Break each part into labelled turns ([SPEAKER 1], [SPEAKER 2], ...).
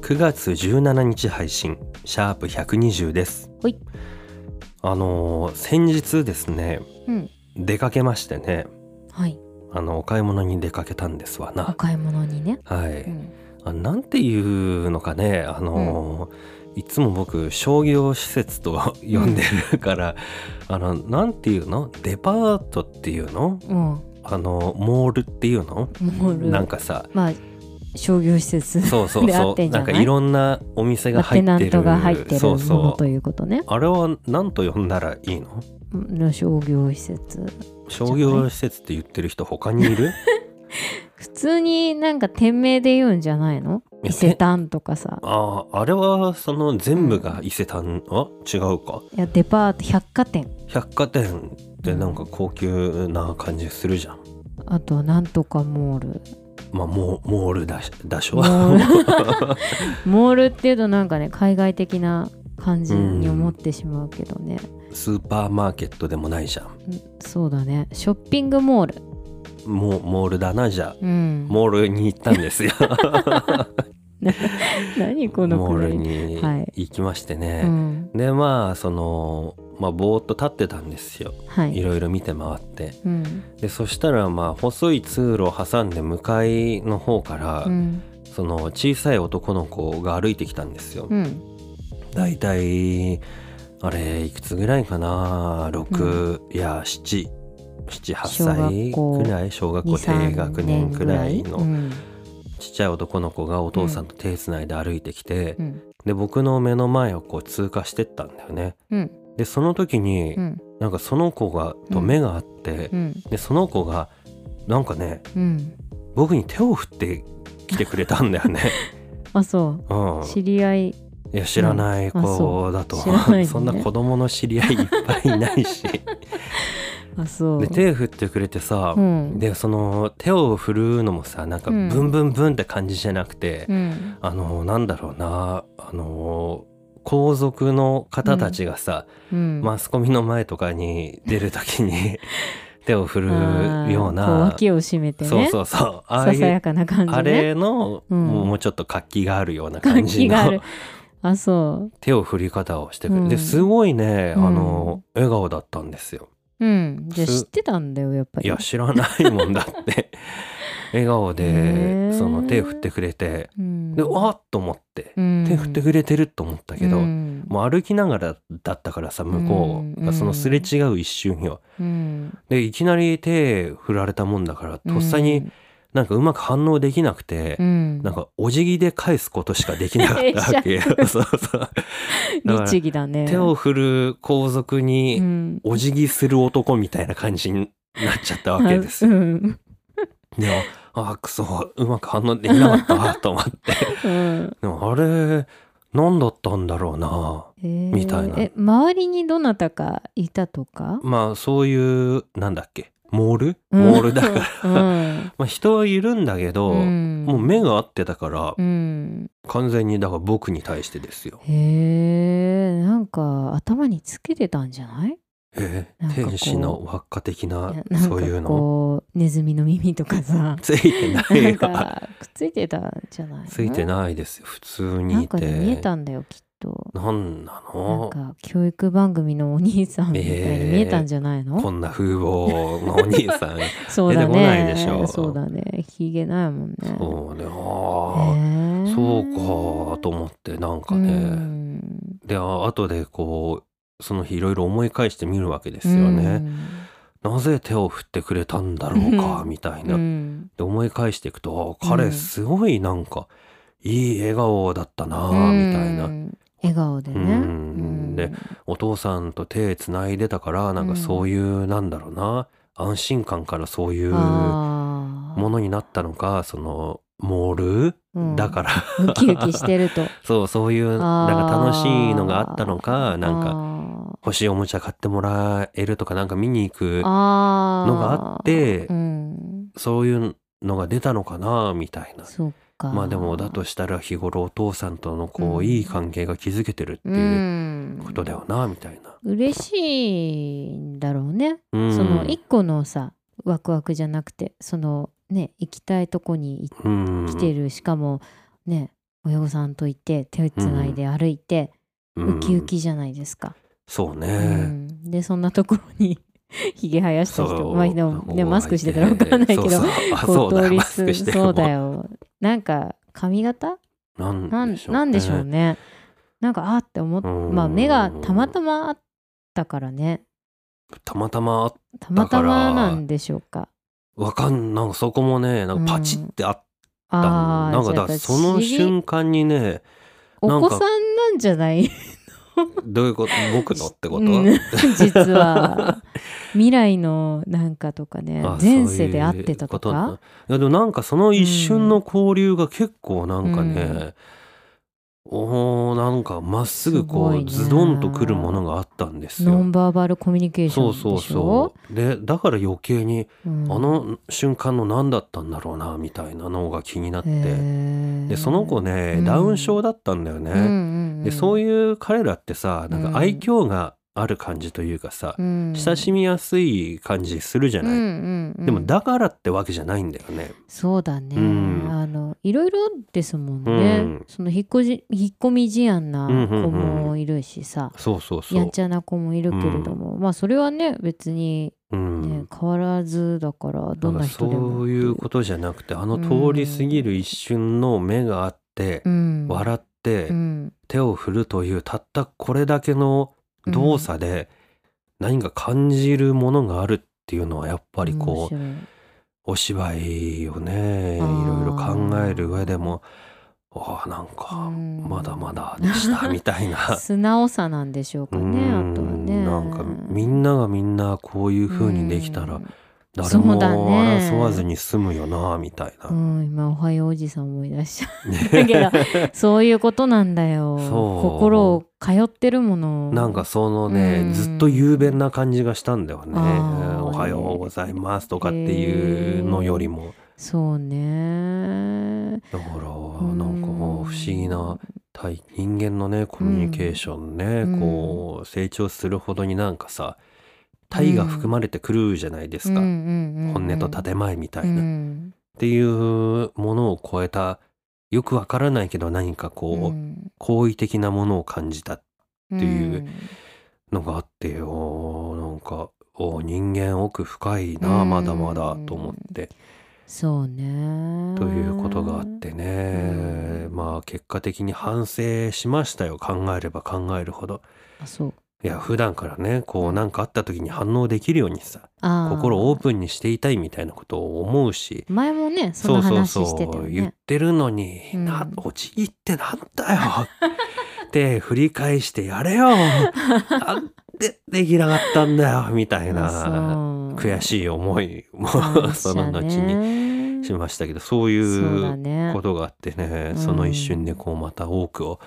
[SPEAKER 1] 9月17日配信シャープ120です
[SPEAKER 2] ほい
[SPEAKER 1] あのー先日ですね
[SPEAKER 2] うん
[SPEAKER 1] 出かけましてね
[SPEAKER 2] はい
[SPEAKER 1] あのお買い物に出かけたんですわ
[SPEAKER 2] お
[SPEAKER 1] な
[SPEAKER 2] 買い物にね、
[SPEAKER 1] はい、
[SPEAKER 2] うん、
[SPEAKER 1] あなんていうのかねあのー、いつも僕商業施設と呼んでるから、あのなんていうのデパートっていうの
[SPEAKER 2] うん
[SPEAKER 1] あのモールっていうの
[SPEAKER 2] モール
[SPEAKER 1] なんかさ
[SPEAKER 2] まあ商業施設
[SPEAKER 1] そうそう
[SPEAKER 2] で合
[SPEAKER 1] そ
[SPEAKER 2] って
[SPEAKER 1] うん
[SPEAKER 2] じゃ
[SPEAKER 1] な
[SPEAKER 2] なんい
[SPEAKER 1] かいろんなお店が
[SPEAKER 2] まあ
[SPEAKER 1] 入
[SPEAKER 2] テ
[SPEAKER 1] っ
[SPEAKER 2] ナ
[SPEAKER 1] て
[SPEAKER 2] ン
[SPEAKER 1] る
[SPEAKER 2] トが入ってる
[SPEAKER 1] そ
[SPEAKER 2] も
[SPEAKER 1] う
[SPEAKER 2] の
[SPEAKER 1] そ
[SPEAKER 2] と
[SPEAKER 1] う
[SPEAKER 2] いうことね
[SPEAKER 1] あれは何と呼んだらいいの
[SPEAKER 2] の商業施設
[SPEAKER 1] 商業施設って言ってる人他にい る
[SPEAKER 2] 普通になんか店名で言うんじゃないの
[SPEAKER 1] いや
[SPEAKER 2] 伊勢丹とかさ
[SPEAKER 1] あああれはその全部が伊勢丹あ違うか
[SPEAKER 2] いやデパート百貨店
[SPEAKER 1] 百貨店ってなんか高級な感じするじゃん
[SPEAKER 2] あとなんとかモール
[SPEAKER 1] まあ、モーモールだしだしょ
[SPEAKER 2] モーモールっていうとなんかね海外的な感じに思ってしまうけどね、
[SPEAKER 1] スーパーマーケットでもないじゃん
[SPEAKER 2] そうだねショッピングモール
[SPEAKER 1] モモールだなじゃあ
[SPEAKER 2] うん
[SPEAKER 1] モールに行ったんですよ
[SPEAKER 2] 何 この
[SPEAKER 1] モー
[SPEAKER 2] くだ
[SPEAKER 1] ル
[SPEAKER 2] り
[SPEAKER 1] に
[SPEAKER 2] はい
[SPEAKER 1] 行きまして
[SPEAKER 2] う
[SPEAKER 1] ね、
[SPEAKER 2] ん
[SPEAKER 1] でまあそのまあぼーっと立ってたんですよ
[SPEAKER 2] はいい
[SPEAKER 1] ろいろ見て回って
[SPEAKER 2] うん
[SPEAKER 1] でそしたらまあ細い通路を挟んで向かいの方から、
[SPEAKER 2] うん
[SPEAKER 1] その小さい男の子が歩いてきたんですよ、
[SPEAKER 2] うん
[SPEAKER 1] だいたいあれいくつぐらいかな6、いや
[SPEAKER 2] 小学
[SPEAKER 1] 778
[SPEAKER 2] 校
[SPEAKER 1] 歳くらい小学校
[SPEAKER 2] 二三
[SPEAKER 1] 低学年くらい
[SPEAKER 2] 年
[SPEAKER 1] の
[SPEAKER 2] ぐらい
[SPEAKER 1] ちっちゃい男の子がお父さんと手つないで歩いてきて、
[SPEAKER 2] うんうん
[SPEAKER 1] で僕の目の前をこう通過してったんだよね
[SPEAKER 2] うん
[SPEAKER 1] でその時に、
[SPEAKER 2] うん
[SPEAKER 1] なんかその子がと目があって、
[SPEAKER 2] うん
[SPEAKER 1] でその子がなんかね
[SPEAKER 2] うん
[SPEAKER 1] 僕に手を振ってきてくれたんだ よね、
[SPEAKER 2] あそう
[SPEAKER 1] うん、
[SPEAKER 2] 知り合い
[SPEAKER 1] いや知らない
[SPEAKER 2] うんあそ
[SPEAKER 1] 子だと、
[SPEAKER 2] 知らないのね
[SPEAKER 1] そんな子供の知り合いいっぱいいないし
[SPEAKER 2] あそう
[SPEAKER 1] で手振ってくれてさ、
[SPEAKER 2] うん
[SPEAKER 1] でその手を振るのもさなんか
[SPEAKER 2] う
[SPEAKER 1] ブ
[SPEAKER 2] ん
[SPEAKER 1] ンブンブンって感じじゃなくて、
[SPEAKER 2] うん
[SPEAKER 1] あのなんだろうなあの皇族の方たちがさ、
[SPEAKER 2] うん
[SPEAKER 1] マスコミの前とかに出る時 に手を振るよう
[SPEAKER 2] あーこう
[SPEAKER 1] な、
[SPEAKER 2] 脇を締めてね
[SPEAKER 1] そうそうそうああ
[SPEAKER 2] さ
[SPEAKER 1] いう、
[SPEAKER 2] さやかな感じね
[SPEAKER 1] あれの、
[SPEAKER 2] うん
[SPEAKER 1] もうちょっと活気があるような感
[SPEAKER 2] 気
[SPEAKER 1] じ
[SPEAKER 2] があ
[SPEAKER 1] の
[SPEAKER 2] るあそ
[SPEAKER 1] 手を振り方をしてくれて、
[SPEAKER 2] うん
[SPEAKER 1] ですごいね、
[SPEAKER 2] うん
[SPEAKER 1] あの笑顔だったんですよ。
[SPEAKER 2] ううんじゃあ
[SPEAKER 1] す
[SPEAKER 2] 知ってたんだよやっぱ
[SPEAKER 1] い
[SPEAKER 2] り
[SPEAKER 1] や知らないもんだって 笑顔
[SPEAKER 2] へ
[SPEAKER 1] で
[SPEAKER 2] ー
[SPEAKER 1] その手振ってくれて
[SPEAKER 2] うん
[SPEAKER 1] でわーっと思って、
[SPEAKER 2] うん
[SPEAKER 1] 手振ってくれてると思ったけど、
[SPEAKER 2] うん
[SPEAKER 1] もう歩きながらだったからさ向こう
[SPEAKER 2] う
[SPEAKER 1] が
[SPEAKER 2] ん
[SPEAKER 1] そのすれ違う一瞬よ。
[SPEAKER 2] うん
[SPEAKER 1] でいきなり手振られたもんだからとっさ
[SPEAKER 2] う
[SPEAKER 1] に
[SPEAKER 2] ん
[SPEAKER 1] なんかうまく反応できなくて。
[SPEAKER 2] うん
[SPEAKER 1] なんかお辞儀で返すことしかできなかったわけ そうそうだから
[SPEAKER 2] 律儀だね
[SPEAKER 1] 手を振る皇族に、
[SPEAKER 2] うん
[SPEAKER 1] お辞儀する男みたいな感じになっちゃったわけで す
[SPEAKER 2] う。ん
[SPEAKER 1] でも、ああ、くそうまく反応できなかったわ、と思 って。
[SPEAKER 2] うん
[SPEAKER 1] でも、あれ、何だったんだろうな。
[SPEAKER 2] えー
[SPEAKER 1] みたいな
[SPEAKER 2] え周りにどなたかいたとか
[SPEAKER 1] まあ、そういう、なんだっけ、モール
[SPEAKER 2] うん
[SPEAKER 1] モール だから。
[SPEAKER 2] うん
[SPEAKER 1] まあ、人はいるんだけど、
[SPEAKER 2] うん
[SPEAKER 1] もう目が合ってたから
[SPEAKER 2] う、ん
[SPEAKER 1] 完全に、だから僕に対してですよ。
[SPEAKER 2] へえんか頭につけてたんじゃない
[SPEAKER 1] え
[SPEAKER 2] なんかこう
[SPEAKER 1] 天使の輪っか的ない
[SPEAKER 2] や、なん
[SPEAKER 1] そういう
[SPEAKER 2] か
[SPEAKER 1] の。
[SPEAKER 2] こうネズミの耳とかさ
[SPEAKER 1] つ いてな
[SPEAKER 2] ないん
[SPEAKER 1] わ。
[SPEAKER 2] かくっついてたんじゃないの
[SPEAKER 1] ついてないですよ。普通
[SPEAKER 2] な
[SPEAKER 1] に
[SPEAKER 2] ん
[SPEAKER 1] い
[SPEAKER 2] か
[SPEAKER 1] て。
[SPEAKER 2] ね見えたんだよきっと
[SPEAKER 1] なんな
[SPEAKER 2] なん
[SPEAKER 1] の
[SPEAKER 2] か教育番組のお兄さんみたいに見えたんじゃないの、
[SPEAKER 1] こんな風貌のお兄さ ん
[SPEAKER 2] そうだね
[SPEAKER 1] 出てこないでしょ
[SPEAKER 2] そうだねひげないもんね
[SPEAKER 1] そうねあ
[SPEAKER 2] へー
[SPEAKER 1] ーそうかと思ってなんかね、
[SPEAKER 2] うん
[SPEAKER 1] であ後でこうその日いろいろ思い返してみるわけですよね、なぜ手を振ってくれたんだろう か
[SPEAKER 2] う
[SPEAKER 1] みたい
[SPEAKER 2] うん
[SPEAKER 1] な、で思い返していくとあ彼すごいなんかいい笑顔だったな
[SPEAKER 2] う
[SPEAKER 1] み
[SPEAKER 2] ん
[SPEAKER 1] たいな、
[SPEAKER 2] うん笑顔でね
[SPEAKER 1] うん
[SPEAKER 2] うん
[SPEAKER 1] でお父さんと手つないでたからなんかそういう、なんだろうな安心感からそういう
[SPEAKER 2] あー
[SPEAKER 1] ものになったのかそのモール、
[SPEAKER 2] うん
[SPEAKER 1] だから
[SPEAKER 2] ウキウキしてると
[SPEAKER 1] そうそういうなんか楽しいのがあったのかなんか
[SPEAKER 2] か
[SPEAKER 1] 欲しいおもちゃ買ってもらえるとかなんか見に行く
[SPEAKER 2] あー
[SPEAKER 1] のがあって
[SPEAKER 2] うん、
[SPEAKER 1] そういうのが出たのかなみたいな
[SPEAKER 2] そうか
[SPEAKER 1] まあでもだとしたら日頃お父さんとのこ
[SPEAKER 2] う
[SPEAKER 1] うんいい関係が築けてるって
[SPEAKER 2] う
[SPEAKER 1] いうんことだよなみたいな。
[SPEAKER 2] 嬉しいんだろうね、
[SPEAKER 1] うん
[SPEAKER 2] その一個のさワクワクじゃなくてそのね行きたいとこに行っ
[SPEAKER 1] うん
[SPEAKER 2] 来てる、しかもね親御さんといて手をつないで歩いて、
[SPEAKER 1] うん
[SPEAKER 2] ウキウキじゃないですか、
[SPEAKER 1] そうね、
[SPEAKER 2] うんでそんなところに ひげ生やした人まあでもねマスクしてたら
[SPEAKER 1] わ
[SPEAKER 2] 分かんないけど
[SPEAKER 1] そ うそうあそうだマスクしてる
[SPEAKER 2] そうだ
[SPEAKER 1] よ
[SPEAKER 2] よなんか髪型
[SPEAKER 1] な
[SPEAKER 2] なんん
[SPEAKER 1] でしょうね
[SPEAKER 2] なんでしょうねなんかあーって思っ
[SPEAKER 1] うん
[SPEAKER 2] まあ目がたまたまあったからね
[SPEAKER 1] たまたま
[SPEAKER 2] たまたまなんでしょうか
[SPEAKER 1] わかんなんかそこもねなんかパチってあったの、
[SPEAKER 2] ああ
[SPEAKER 1] なんかだからその瞬間にねなん
[SPEAKER 2] お
[SPEAKER 1] か
[SPEAKER 2] 子さんなんじゃない
[SPEAKER 1] どういうこと僕のってこ
[SPEAKER 2] う
[SPEAKER 1] と、
[SPEAKER 2] ん実は未来のなんかとかね
[SPEAKER 1] あ
[SPEAKER 2] 前世で会ってたと
[SPEAKER 1] そういうこ
[SPEAKER 2] か
[SPEAKER 1] といやでもなんかその一瞬の交流が結構なんかね、おーなんかまっすぐ
[SPEAKER 2] すご
[SPEAKER 1] こう、
[SPEAKER 2] いね
[SPEAKER 1] ズドンとくるものがあったんです
[SPEAKER 2] ノ
[SPEAKER 1] よ
[SPEAKER 2] ン。バーバルコミュニケーション
[SPEAKER 1] そう
[SPEAKER 2] でしょ
[SPEAKER 1] そうそうでだから余計に
[SPEAKER 2] うん
[SPEAKER 1] あの瞬間の何だったんだろうなみたいなのが気になっ
[SPEAKER 2] へ
[SPEAKER 1] て
[SPEAKER 2] ー
[SPEAKER 1] でその子ね、
[SPEAKER 2] うん
[SPEAKER 1] ダウン症だったんだよ
[SPEAKER 2] うんう
[SPEAKER 1] ね、
[SPEAKER 2] ん
[SPEAKER 1] でそう
[SPEAKER 2] い
[SPEAKER 1] いう彼らってさなん
[SPEAKER 2] うん
[SPEAKER 1] か愛嬌がある感じというかさ、
[SPEAKER 2] うん
[SPEAKER 1] 親しみやすい感じするじゃない、
[SPEAKER 2] うんうんうん
[SPEAKER 1] でもだからってわけじゃないんだよね。
[SPEAKER 2] そうだね、
[SPEAKER 1] うん
[SPEAKER 2] あのいろいろですもんね、
[SPEAKER 1] うん
[SPEAKER 2] その引っこじ引っ込み思案な
[SPEAKER 1] うんうんうん
[SPEAKER 2] 子もいるしさ、
[SPEAKER 1] そうそうそ
[SPEAKER 2] やん
[SPEAKER 1] う。
[SPEAKER 2] ちゃな子もいるけれども、まあそれはね別に
[SPEAKER 1] う
[SPEAKER 2] ね、
[SPEAKER 1] ん。
[SPEAKER 2] 変わらずだからどんな人で
[SPEAKER 1] だから
[SPEAKER 2] も
[SPEAKER 1] そういうことじゃなくてあの通り過ぎる一瞬の目があって、
[SPEAKER 2] うん、
[SPEAKER 1] 笑って、
[SPEAKER 2] うん
[SPEAKER 1] 手を振るというたったこれだけの動作で何か感じるものがあるっていうのはやっぱりこう、
[SPEAKER 2] 面
[SPEAKER 1] お芝居をねい
[SPEAKER 2] あー
[SPEAKER 1] ろいろ考える上でもああなんか
[SPEAKER 2] うん
[SPEAKER 1] まだまだでしたみたい
[SPEAKER 2] 白。
[SPEAKER 1] ない
[SPEAKER 2] 素直さなんでしょうかね
[SPEAKER 1] うん
[SPEAKER 2] あとはね
[SPEAKER 1] なんかみんながみんなこういう風にできたら誰
[SPEAKER 2] そ
[SPEAKER 1] も
[SPEAKER 2] うだね
[SPEAKER 1] 争わずに済むよなみたいな、
[SPEAKER 2] うん、うん今おはようおじさん思い出しちゃった けどそういうことなんだよ
[SPEAKER 1] そう
[SPEAKER 2] 心を通ってるもの
[SPEAKER 1] なんかそのね、
[SPEAKER 2] うん
[SPEAKER 1] ずっと雄弁な感じがしたんだよね「
[SPEAKER 2] あー
[SPEAKER 1] おはようございます」とかっていうのよりも
[SPEAKER 2] そうね
[SPEAKER 1] だからなんか
[SPEAKER 2] ん
[SPEAKER 1] 不思議な体人間のねコミュニケーションね、
[SPEAKER 2] うん
[SPEAKER 1] こう成長するほどになんかさ体が含まれてくるじゃないですか、本音と建前みたいな。
[SPEAKER 2] うん
[SPEAKER 1] っていうものを超えたよくわからないけど何かこう、
[SPEAKER 2] ん
[SPEAKER 1] 好意的なものを感じたってい
[SPEAKER 2] う
[SPEAKER 1] う
[SPEAKER 2] ん
[SPEAKER 1] のがあってよなんかお人間奥深いな、
[SPEAKER 2] うん
[SPEAKER 1] まだまだと思って
[SPEAKER 2] そうね
[SPEAKER 1] ということがあってね、
[SPEAKER 2] うん
[SPEAKER 1] まあ結果的に反省しましたよ考えれば考えるほど
[SPEAKER 2] あそう
[SPEAKER 1] いや普段からねこう何かあった時に反応できるようにさ
[SPEAKER 2] あー
[SPEAKER 1] 心をオープンにしていたいみたいなことを思うし
[SPEAKER 2] 前もねそん
[SPEAKER 1] そ
[SPEAKER 2] な
[SPEAKER 1] うそう
[SPEAKER 2] 話
[SPEAKER 1] そ
[SPEAKER 2] し
[SPEAKER 1] う
[SPEAKER 2] てたよね
[SPEAKER 1] 言ってるのに、
[SPEAKER 2] うん
[SPEAKER 1] な陥ってなんだよって振り返してやれよなんでできなかったんだよみたいな悔
[SPEAKER 2] い
[SPEAKER 1] しい思いもその後に
[SPEAKER 2] に
[SPEAKER 1] しましたけどそう
[SPEAKER 2] そう
[SPEAKER 1] い
[SPEAKER 2] だ
[SPEAKER 1] う
[SPEAKER 2] ね
[SPEAKER 1] ことがあってね
[SPEAKER 2] うん
[SPEAKER 1] その一瞬でこうまた多くを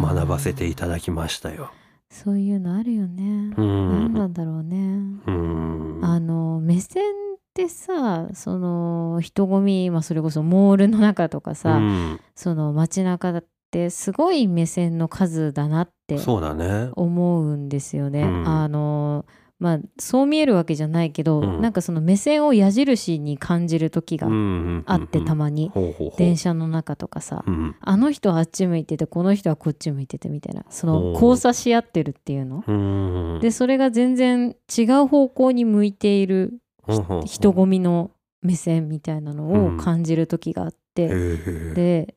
[SPEAKER 1] 学ばせていただきましたよ。
[SPEAKER 2] うんそういうのあるよね
[SPEAKER 1] う、
[SPEAKER 2] 何なんんだろうね、
[SPEAKER 1] うん
[SPEAKER 2] あの目線ってさその人混み、まあ、それこそモールの中とかさ、
[SPEAKER 1] うん
[SPEAKER 2] その街中だってすごい目線の数だなって
[SPEAKER 1] そうだね。
[SPEAKER 2] 思うんですよね。
[SPEAKER 1] うん
[SPEAKER 2] あのまあそう見えるわけじゃないけど、
[SPEAKER 1] うん
[SPEAKER 2] なんかその目線を矢印に感じる時があ
[SPEAKER 1] あ
[SPEAKER 2] ってた
[SPEAKER 1] ま
[SPEAKER 2] まに、
[SPEAKER 1] ほうほうほう
[SPEAKER 2] 電車の中とかさ、
[SPEAKER 1] うん
[SPEAKER 2] あの人はあっち向いててこの人はこっち向いててみたいなそ
[SPEAKER 1] お
[SPEAKER 2] の
[SPEAKER 1] ー
[SPEAKER 2] 交差し合ってるっていうの
[SPEAKER 1] うん
[SPEAKER 2] でそれが全然違う方向に向いている
[SPEAKER 1] ほうほうほう
[SPEAKER 2] 人混みの目線みたいな
[SPEAKER 1] う
[SPEAKER 2] のを
[SPEAKER 1] ん
[SPEAKER 2] 感じる時があっ
[SPEAKER 1] へ
[SPEAKER 2] て、
[SPEAKER 1] ー
[SPEAKER 2] で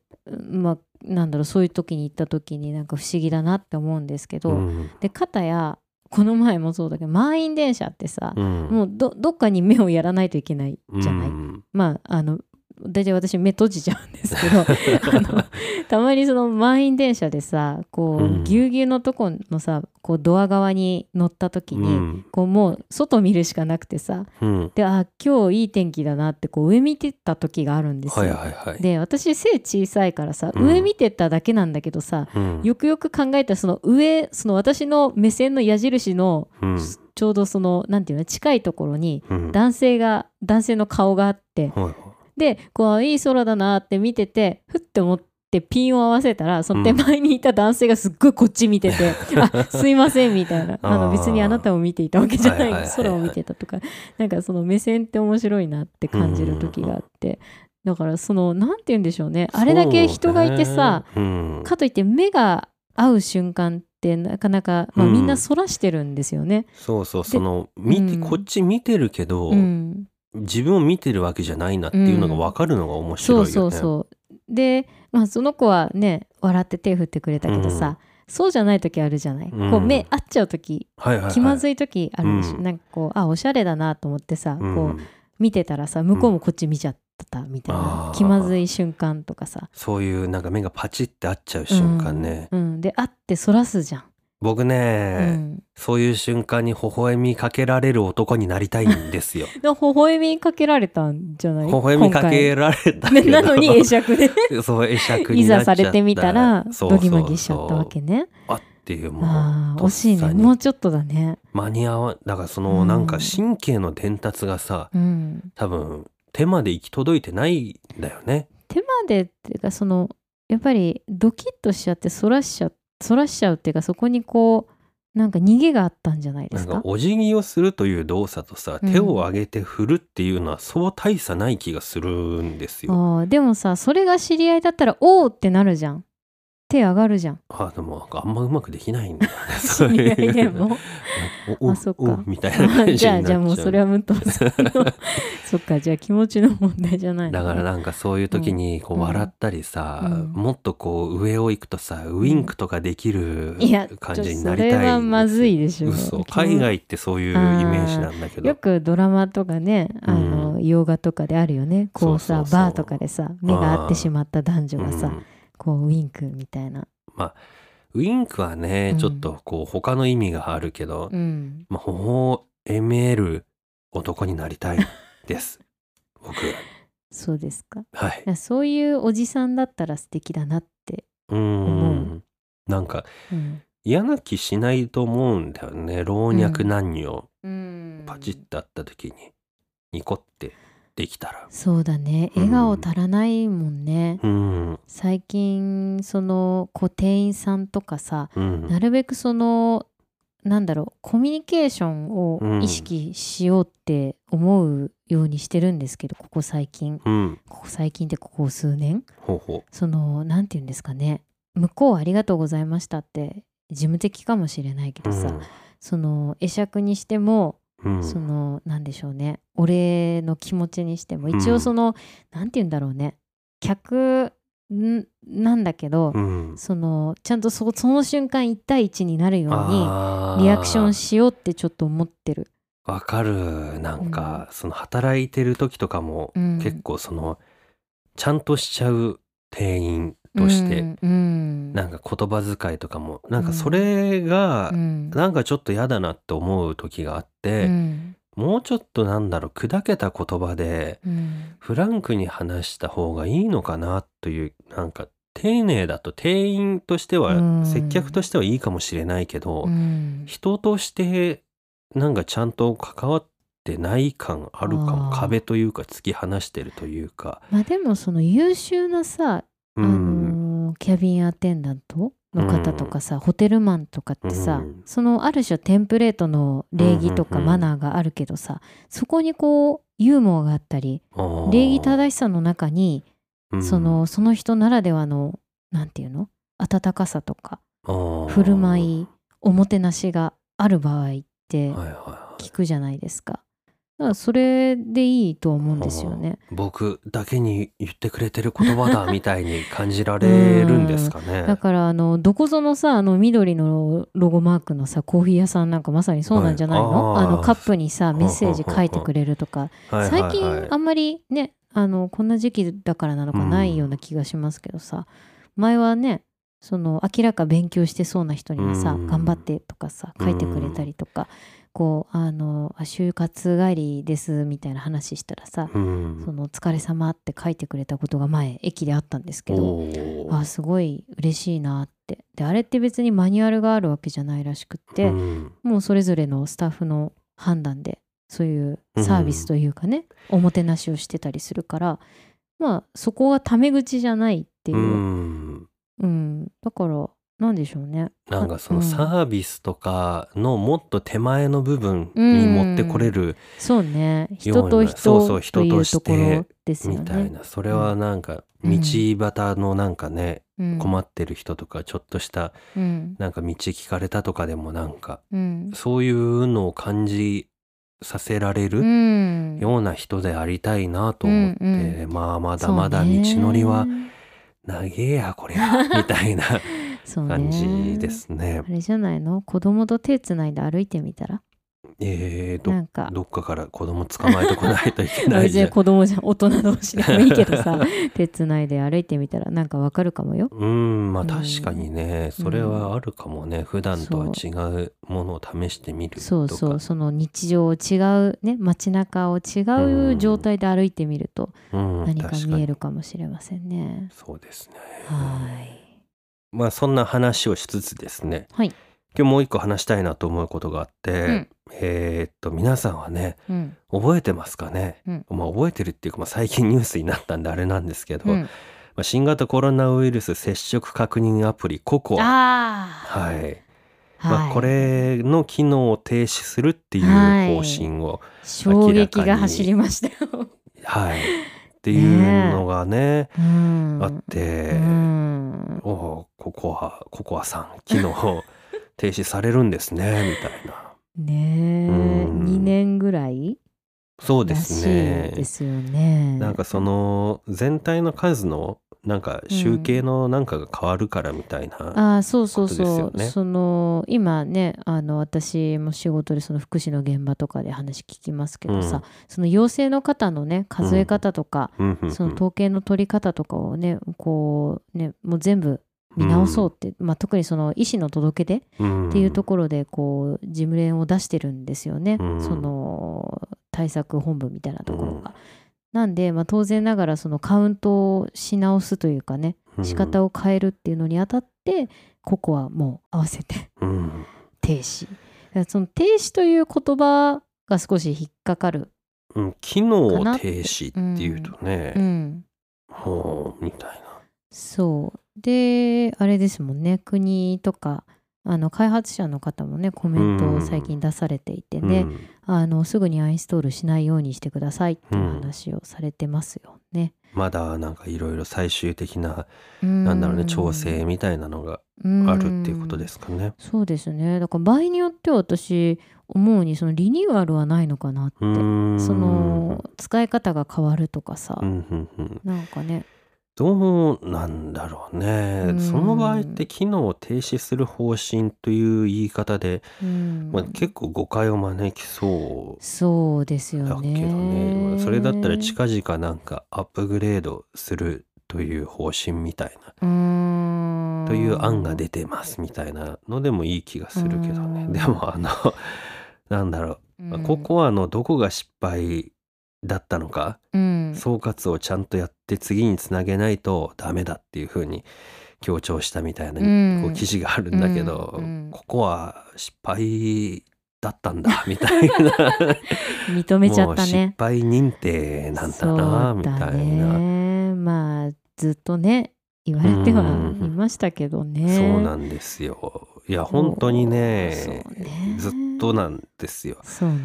[SPEAKER 2] まあなんだろうそういう時に行った時になんか不思議だなって思うんですけど、
[SPEAKER 1] うん
[SPEAKER 2] で片やこの前もそうだけど満員電車ってさ、
[SPEAKER 1] うん
[SPEAKER 2] もうどどっかに目をやらないといけないじゃない、
[SPEAKER 1] うん
[SPEAKER 2] まああの大体私目閉じちゃうんです けどあのたまにその満員電車でさこ
[SPEAKER 1] うん
[SPEAKER 2] うぎゅうぎゅうのとこのさこうドア側に乗った時
[SPEAKER 1] う
[SPEAKER 2] に、
[SPEAKER 1] ん
[SPEAKER 2] こうもう外見るしかなくてさ
[SPEAKER 1] うん
[SPEAKER 2] であ今日いい天気だなってこう上見てた時があるんですよ。
[SPEAKER 1] はいはいはい。
[SPEAKER 2] で私背小さいからさ、
[SPEAKER 1] うん
[SPEAKER 2] 上見てただけなんだけどさ
[SPEAKER 1] うん
[SPEAKER 2] よくよく考えたらその上その私の目線の矢印の
[SPEAKER 1] うん
[SPEAKER 2] ちょうどそのなんていうの近いところに
[SPEAKER 1] うん
[SPEAKER 2] 男性が男性の顔があって
[SPEAKER 1] はいはい
[SPEAKER 2] でこういい空だなって見ててふって思ってピンを合わせたらその手前にいた男性がすっごいこっち見て て「あすいません」みたいな
[SPEAKER 1] あー
[SPEAKER 2] あの別にあなたを見ていたわけじゃない,、
[SPEAKER 1] はいはいはいはい
[SPEAKER 2] 空を見てたとかなんかその目線って面白いなって感じる時があってだからそのなんて言うんでしょうねあれだけ人がいてさ、
[SPEAKER 1] そうねうん
[SPEAKER 2] かといって目が合う瞬間ってなかなか、まあ、
[SPEAKER 1] うん
[SPEAKER 2] みんなそらしてるんですよね。
[SPEAKER 1] そうそうその見て
[SPEAKER 2] うん
[SPEAKER 1] こっち見てるけど、
[SPEAKER 2] うん
[SPEAKER 1] 自分を見てるわけじゃないなっていうのが分かるのが面白いよね。
[SPEAKER 2] そうそうそうで、まあ、その子はね笑って手振ってくれたけどさ、そうじゃない時あるじゃない、
[SPEAKER 1] うん
[SPEAKER 2] こう目合っちゃう時
[SPEAKER 1] はいはいはい、
[SPEAKER 2] 気ま
[SPEAKER 1] い
[SPEAKER 2] ずい時あるでしょ、
[SPEAKER 1] うん
[SPEAKER 2] なんかこうあおしゃれだなと思ってさ、
[SPEAKER 1] うん
[SPEAKER 2] こう見てたらさ向こうもこっち見ちゃったみたいな、
[SPEAKER 1] あー
[SPEAKER 2] 気まずい瞬間とかさ
[SPEAKER 1] そういうなんか目がパチって合っちゃう瞬間ね、
[SPEAKER 2] うんうんで会ってそらすじゃん、
[SPEAKER 1] 僕ね、
[SPEAKER 2] うん、
[SPEAKER 1] そういう瞬間に微笑みかけられる男になりたいんですよ。
[SPEAKER 2] で微笑みかけられたんじゃない
[SPEAKER 1] 微笑みかけられた
[SPEAKER 2] 今回
[SPEAKER 1] け
[SPEAKER 2] な
[SPEAKER 1] ど
[SPEAKER 2] の に会釈で
[SPEAKER 1] そう会釈
[SPEAKER 2] い
[SPEAKER 1] に
[SPEAKER 2] ざ
[SPEAKER 1] なっちゃ
[SPEAKER 2] さ
[SPEAKER 1] った
[SPEAKER 2] れてみたら
[SPEAKER 1] そう
[SPEAKER 2] ドギマギしちゃったわけ
[SPEAKER 1] そう
[SPEAKER 2] ね
[SPEAKER 1] そうあっていうもう
[SPEAKER 2] ああ
[SPEAKER 1] と
[SPEAKER 2] 惜
[SPEAKER 1] っ
[SPEAKER 2] しい
[SPEAKER 1] さ
[SPEAKER 2] ね
[SPEAKER 1] に
[SPEAKER 2] もうちょっとだね
[SPEAKER 1] 間に合わんだからそうの
[SPEAKER 2] ん
[SPEAKER 1] なんか神経の伝達がさ、
[SPEAKER 2] うん、
[SPEAKER 1] 多分手まで行き届いてないんだよね。
[SPEAKER 2] 手までっていうかそのやっぱりドキッとしちゃってそらしちゃそらしちゃうっていうかそこにこうなんか逃げがあったんじゃないで
[SPEAKER 1] なん
[SPEAKER 2] す
[SPEAKER 1] か
[SPEAKER 2] か。
[SPEAKER 1] お辞儀をするという動作とさ、
[SPEAKER 2] うん
[SPEAKER 1] 手を上げて振るっていうのはそう大差ない気がするんですよ。
[SPEAKER 2] あーでもさそれが知り合いだったら「おお!」ってなるじゃん手上がる じゃん
[SPEAKER 1] あでもなんかあんまうまくできないんだよね。
[SPEAKER 2] 知
[SPEAKER 1] そう
[SPEAKER 2] り
[SPEAKER 1] いう
[SPEAKER 2] 合いでも
[SPEAKER 1] おお
[SPEAKER 2] あそっか
[SPEAKER 1] おみたいな感じになっち
[SPEAKER 2] じ
[SPEAKER 1] ゃ
[SPEAKER 2] ゃ
[SPEAKER 1] う
[SPEAKER 2] あじゃあもうそれは 武藤さんのそっかじゃあ気持ちの問題じゃないの
[SPEAKER 1] だからなんかそういう時にこ
[SPEAKER 2] う
[SPEAKER 1] うん笑ったりさ、
[SPEAKER 2] うん
[SPEAKER 1] もっとこう上を行くとさ、ウインクとかできる
[SPEAKER 2] いや
[SPEAKER 1] 感
[SPEAKER 2] ちょ
[SPEAKER 1] じにな
[SPEAKER 2] そ
[SPEAKER 1] りたい
[SPEAKER 2] れはまずいでしょ
[SPEAKER 1] 嘘海外ってそういうイメージなんだけど
[SPEAKER 2] よくドラマとかねあの、
[SPEAKER 1] う
[SPEAKER 2] 洋画とかであるよねこうさ
[SPEAKER 1] そうそうそう
[SPEAKER 2] バーとかでさ目が合ってしまった男女がさ、
[SPEAKER 1] うん
[SPEAKER 2] こうウインクみたいな、
[SPEAKER 1] ウインクはね、
[SPEAKER 2] うん
[SPEAKER 1] ちょっとこう他の意味があるけど、
[SPEAKER 2] うん、
[SPEAKER 1] まあ微笑める男になりたい です。僕
[SPEAKER 2] そうですか
[SPEAKER 1] はい。
[SPEAKER 2] いやそういうおじさんだったら素敵だなって、
[SPEAKER 1] うーん。なんか
[SPEAKER 2] うん
[SPEAKER 1] 嫌な気しないと思うんだよね。老若男女、
[SPEAKER 2] うん
[SPEAKER 1] パチッとあった時にニコってできたら。
[SPEAKER 2] そうだね
[SPEAKER 1] うん
[SPEAKER 2] 笑顔足らないもんね、
[SPEAKER 1] うん。
[SPEAKER 2] 最近そのこう店員さんとかさ
[SPEAKER 1] うん。
[SPEAKER 2] なるべくそのなんだろうコミュニケーションを意識しようって思うようにしてるんですけどここ最近
[SPEAKER 1] うん。
[SPEAKER 2] ここ最近ってここ数年
[SPEAKER 1] ほうほ
[SPEAKER 2] そのなんて言うんですかね向こうありがとうございましたって事務的かもしれないけど
[SPEAKER 1] う。
[SPEAKER 2] さ、その会釈にしても、
[SPEAKER 1] うん。
[SPEAKER 2] そのなんでしょうねお礼の気持ちにしても一
[SPEAKER 1] う
[SPEAKER 2] 応
[SPEAKER 1] ん
[SPEAKER 2] その、なんて言うんだろうね客んなんだけど、
[SPEAKER 1] うん。
[SPEAKER 2] そのちゃんとそその瞬間1対1になるよう
[SPEAKER 1] あー
[SPEAKER 2] にリアクションしようってちょっと思ってる。
[SPEAKER 1] わかるなんか、その働いてる時とかも、
[SPEAKER 2] うん
[SPEAKER 1] 結構そのちゃんとしちゃう店員として、
[SPEAKER 2] うんうん
[SPEAKER 1] なんか言葉遣いとかもなん
[SPEAKER 2] う
[SPEAKER 1] か
[SPEAKER 2] ん
[SPEAKER 1] それが、
[SPEAKER 2] うん
[SPEAKER 1] なんかちょっと嫌だなって思う時があって、
[SPEAKER 2] うん
[SPEAKER 1] もうちょっとなんだろう砕けた言葉で
[SPEAKER 2] うん
[SPEAKER 1] フランクに話した方がいいのかなというなんか丁寧だと店員としては、
[SPEAKER 2] うん
[SPEAKER 1] 接客としてはいいかもしれないけど、
[SPEAKER 2] うん
[SPEAKER 1] 人としてなんかちゃんと関わってない感あるかも
[SPEAKER 2] あー
[SPEAKER 1] 壁というか突き放してるというか、
[SPEAKER 2] まあでもその優秀なさ
[SPEAKER 1] うん
[SPEAKER 2] あのーキャビンアテンダントの方とかさ、ホテルマンとかってさ、
[SPEAKER 1] うん
[SPEAKER 2] そのある種テンプレートの礼儀と
[SPEAKER 1] うん
[SPEAKER 2] か
[SPEAKER 1] うんうん
[SPEAKER 2] マナーがあるけどさ、そこにこうユーモアがあったり
[SPEAKER 1] あー
[SPEAKER 2] 礼儀正しさの中に、
[SPEAKER 1] うん
[SPEAKER 2] そのその人ならではのなんていうの温かさとか
[SPEAKER 1] あー
[SPEAKER 2] 振る舞いおもてなしがある場合って
[SPEAKER 1] はいはいはい
[SPEAKER 2] 聞くじゃないですか。だからそれでいいと思うんですよね。
[SPEAKER 1] あー僕だけに言ってくれてる言葉だみたいに感じられるんですか ね
[SPEAKER 2] だからあのどこぞのさあの緑のロゴマークのさコーヒー屋さんなんかまさにそうなんじゃないの、
[SPEAKER 1] はい
[SPEAKER 2] あ
[SPEAKER 1] あー
[SPEAKER 2] のカップにさ
[SPEAKER 1] ん
[SPEAKER 2] メッセージ書いてくれるとか、
[SPEAKER 1] はいはいはい
[SPEAKER 2] 最近あんまりねああのこんな時期だからなのか
[SPEAKER 1] うん
[SPEAKER 2] ないような気がしますけどさ、前はねその明らか勉強してそうな人にはさ「
[SPEAKER 1] うん
[SPEAKER 2] 頑張って」とかさ書いてくれたりとか、こうあのあ「就活帰りです」みたいな話したらさ「
[SPEAKER 1] うん
[SPEAKER 2] そのお疲れ様って書いてくれたことが前駅であったんですけど
[SPEAKER 1] おー
[SPEAKER 2] あすごい嬉しいなってであれって別にマニュアルがあるわけじゃないらしくって、
[SPEAKER 1] うん
[SPEAKER 2] もうそれぞれのスタッフの判断でそういうサービスというかね、おもてなしをしてたりするからまあそこはタメ口じゃないっていう、
[SPEAKER 1] う
[SPEAKER 2] うん
[SPEAKER 1] ん
[SPEAKER 2] だからなんでしょうね。
[SPEAKER 1] なんかその
[SPEAKER 2] うん
[SPEAKER 1] サービスとかのもっと手前の部分に持ってこれる
[SPEAKER 2] そうね
[SPEAKER 1] よ
[SPEAKER 2] 人
[SPEAKER 1] うな
[SPEAKER 2] と
[SPEAKER 1] そう
[SPEAKER 2] 人
[SPEAKER 1] そ
[SPEAKER 2] とい
[SPEAKER 1] う人と
[SPEAKER 2] う
[SPEAKER 1] して
[SPEAKER 2] ところですよ
[SPEAKER 1] みたい
[SPEAKER 2] ね。
[SPEAKER 1] なそれはなんか
[SPEAKER 2] うん
[SPEAKER 1] 道端のなんかね
[SPEAKER 2] うん
[SPEAKER 1] 困ってる人とかちょっとした
[SPEAKER 2] うん
[SPEAKER 1] なんか道聞かれたとかでもなんか
[SPEAKER 2] うん
[SPEAKER 1] そういうのを感じさせられ
[SPEAKER 2] う
[SPEAKER 1] る
[SPEAKER 2] ん
[SPEAKER 1] ような人でありたいなと思って、
[SPEAKER 2] うんう
[SPEAKER 1] まあまだ
[SPEAKER 2] そうね
[SPEAKER 1] まだ道のりは長えやこりゃみたいな
[SPEAKER 2] そうね
[SPEAKER 1] 感じですね
[SPEAKER 2] あ。れじゃないの子供と手つないで歩いてみたら
[SPEAKER 1] えー、
[SPEAKER 2] な
[SPEAKER 1] ど
[SPEAKER 2] んか
[SPEAKER 1] どっかから子供捕まえてこないといけない
[SPEAKER 2] 別
[SPEAKER 1] じゃ
[SPEAKER 2] に
[SPEAKER 1] ん。
[SPEAKER 2] 子供じゃん大人同士でもいいけど さ手つないで歩いてみたらなんかわかるかもよ。
[SPEAKER 1] うんまあ
[SPEAKER 2] うん
[SPEAKER 1] 確かにね、それはあるかもね普段とは違うものを試してみるとか
[SPEAKER 2] そうそうその日常を違うね街中を違ううん状態で歩いてみると
[SPEAKER 1] うん、
[SPEAKER 2] 何か
[SPEAKER 1] 確
[SPEAKER 2] 見えるかもしれませんね。
[SPEAKER 1] そうですね
[SPEAKER 2] はい。
[SPEAKER 1] まあそんな話をしつつですね
[SPEAKER 2] はい。
[SPEAKER 1] 今日もう一個話したいなと思うことがあって、
[SPEAKER 2] ん
[SPEAKER 1] えーっと皆さんはね
[SPEAKER 2] うん。
[SPEAKER 1] 覚えてますかね、
[SPEAKER 2] うん
[SPEAKER 1] まあ覚えてるっていうか、まあ、最近ニュースになったんであれなんですけど、
[SPEAKER 2] う
[SPEAKER 1] ま
[SPEAKER 2] ん、
[SPEAKER 1] あ、新型コロナウイルス接触確認アプリ COCO
[SPEAKER 2] ああ。
[SPEAKER 1] はい、
[SPEAKER 2] はい
[SPEAKER 1] まあ、これの機能を停止するっていう
[SPEAKER 2] はい
[SPEAKER 1] 方針を
[SPEAKER 2] 衝撃が走りましたよ。
[SPEAKER 1] はい、 っていうのがね
[SPEAKER 2] うん。
[SPEAKER 1] あって、
[SPEAKER 2] うん。
[SPEAKER 1] おおココアココアさん機能停止されるんです ねみたいな
[SPEAKER 2] ねえ、
[SPEAKER 1] うん
[SPEAKER 2] 2年ぐらい
[SPEAKER 1] そうで
[SPEAKER 2] らし
[SPEAKER 1] す
[SPEAKER 2] い
[SPEAKER 1] ね
[SPEAKER 2] ですよね。
[SPEAKER 1] なんかその全体の数のなんか集計のなんかが変わるからみたいな、
[SPEAKER 2] ああそうそう
[SPEAKER 1] ことで
[SPEAKER 2] そう、
[SPEAKER 1] すよね
[SPEAKER 2] その今ねあの私も仕事でその福祉の現場とかで話聞きますけどさ、
[SPEAKER 1] うん
[SPEAKER 2] その陽性の方のね数え方とか、
[SPEAKER 1] うんうんうん
[SPEAKER 2] その統計の取り方とかをねこうねもう全部見直そうって、まあ、特にその医師の届け出
[SPEAKER 1] うん
[SPEAKER 2] っていうところでこう事務連を出してるんですよね、
[SPEAKER 1] うん
[SPEAKER 2] その対策本部みたいなところが。
[SPEAKER 1] う
[SPEAKER 2] なんで、まあ、当然ながらそのカウントをし直すというかね仕方
[SPEAKER 1] を、
[SPEAKER 2] を変えるっていうのにあたってここはもう合わせて
[SPEAKER 1] うん
[SPEAKER 2] 停止だからその停止という言葉が少し引っかかる、
[SPEAKER 1] うん機能を
[SPEAKER 2] かなって
[SPEAKER 1] 停止っていうとね、
[SPEAKER 2] うん、
[SPEAKER 1] ほうみたいな
[SPEAKER 2] そうであれですもんね国とかあの開発者の方もねコメントを最近出されていてね、
[SPEAKER 1] うん
[SPEAKER 2] あのすぐにアインストールしないようにしてくださいっていう話をされてますよね。
[SPEAKER 1] まだなんかいろいろ最終的な、
[SPEAKER 2] な
[SPEAKER 1] なんだろうね調整みたいなのがあるっていうことですかね。
[SPEAKER 2] そうですねだから場合によっては私思うにそのリニューアルはないのかなって、
[SPEAKER 1] うん
[SPEAKER 2] その使い方が変わるとかさ、
[SPEAKER 1] うんうんうん
[SPEAKER 2] なんかね
[SPEAKER 1] どうなんだろうね、
[SPEAKER 2] うん
[SPEAKER 1] その場合って機能を停止する方針という言い方で、
[SPEAKER 2] うん、
[SPEAKER 1] まあ、結構誤解を招きそう
[SPEAKER 2] そうです
[SPEAKER 1] だ
[SPEAKER 2] よ
[SPEAKER 1] けどね
[SPEAKER 2] ね
[SPEAKER 1] まあそれだったら近々なんかアップグレードするという方針みたいな
[SPEAKER 2] うん
[SPEAKER 1] という案が出てますみたいなのでもいい気がするけどね、
[SPEAKER 2] うん
[SPEAKER 1] でもあのなんだろ
[SPEAKER 2] う
[SPEAKER 1] う、
[SPEAKER 2] ん
[SPEAKER 1] まあ、ココアのどこが失敗だったのか、
[SPEAKER 2] うん
[SPEAKER 1] 総括をちゃんとやって次につなげないとダメだっていう風に強調したみたいな、
[SPEAKER 2] うん
[SPEAKER 1] こう記事があるんだけど、
[SPEAKER 2] うんうん
[SPEAKER 1] ここは失敗だった んだみたいな
[SPEAKER 2] 認めちゃ
[SPEAKER 1] も
[SPEAKER 2] っ
[SPEAKER 1] う
[SPEAKER 2] た
[SPEAKER 1] 失
[SPEAKER 2] ね
[SPEAKER 1] 敗認定なんだなみた
[SPEAKER 2] そうだ
[SPEAKER 1] いな
[SPEAKER 2] ねまあずっとね言われては
[SPEAKER 1] うん
[SPEAKER 2] いましたけどね
[SPEAKER 1] そうなんですよいや本当に
[SPEAKER 2] そう
[SPEAKER 1] ね
[SPEAKER 2] ね
[SPEAKER 1] ずっとなんですよ
[SPEAKER 2] そうね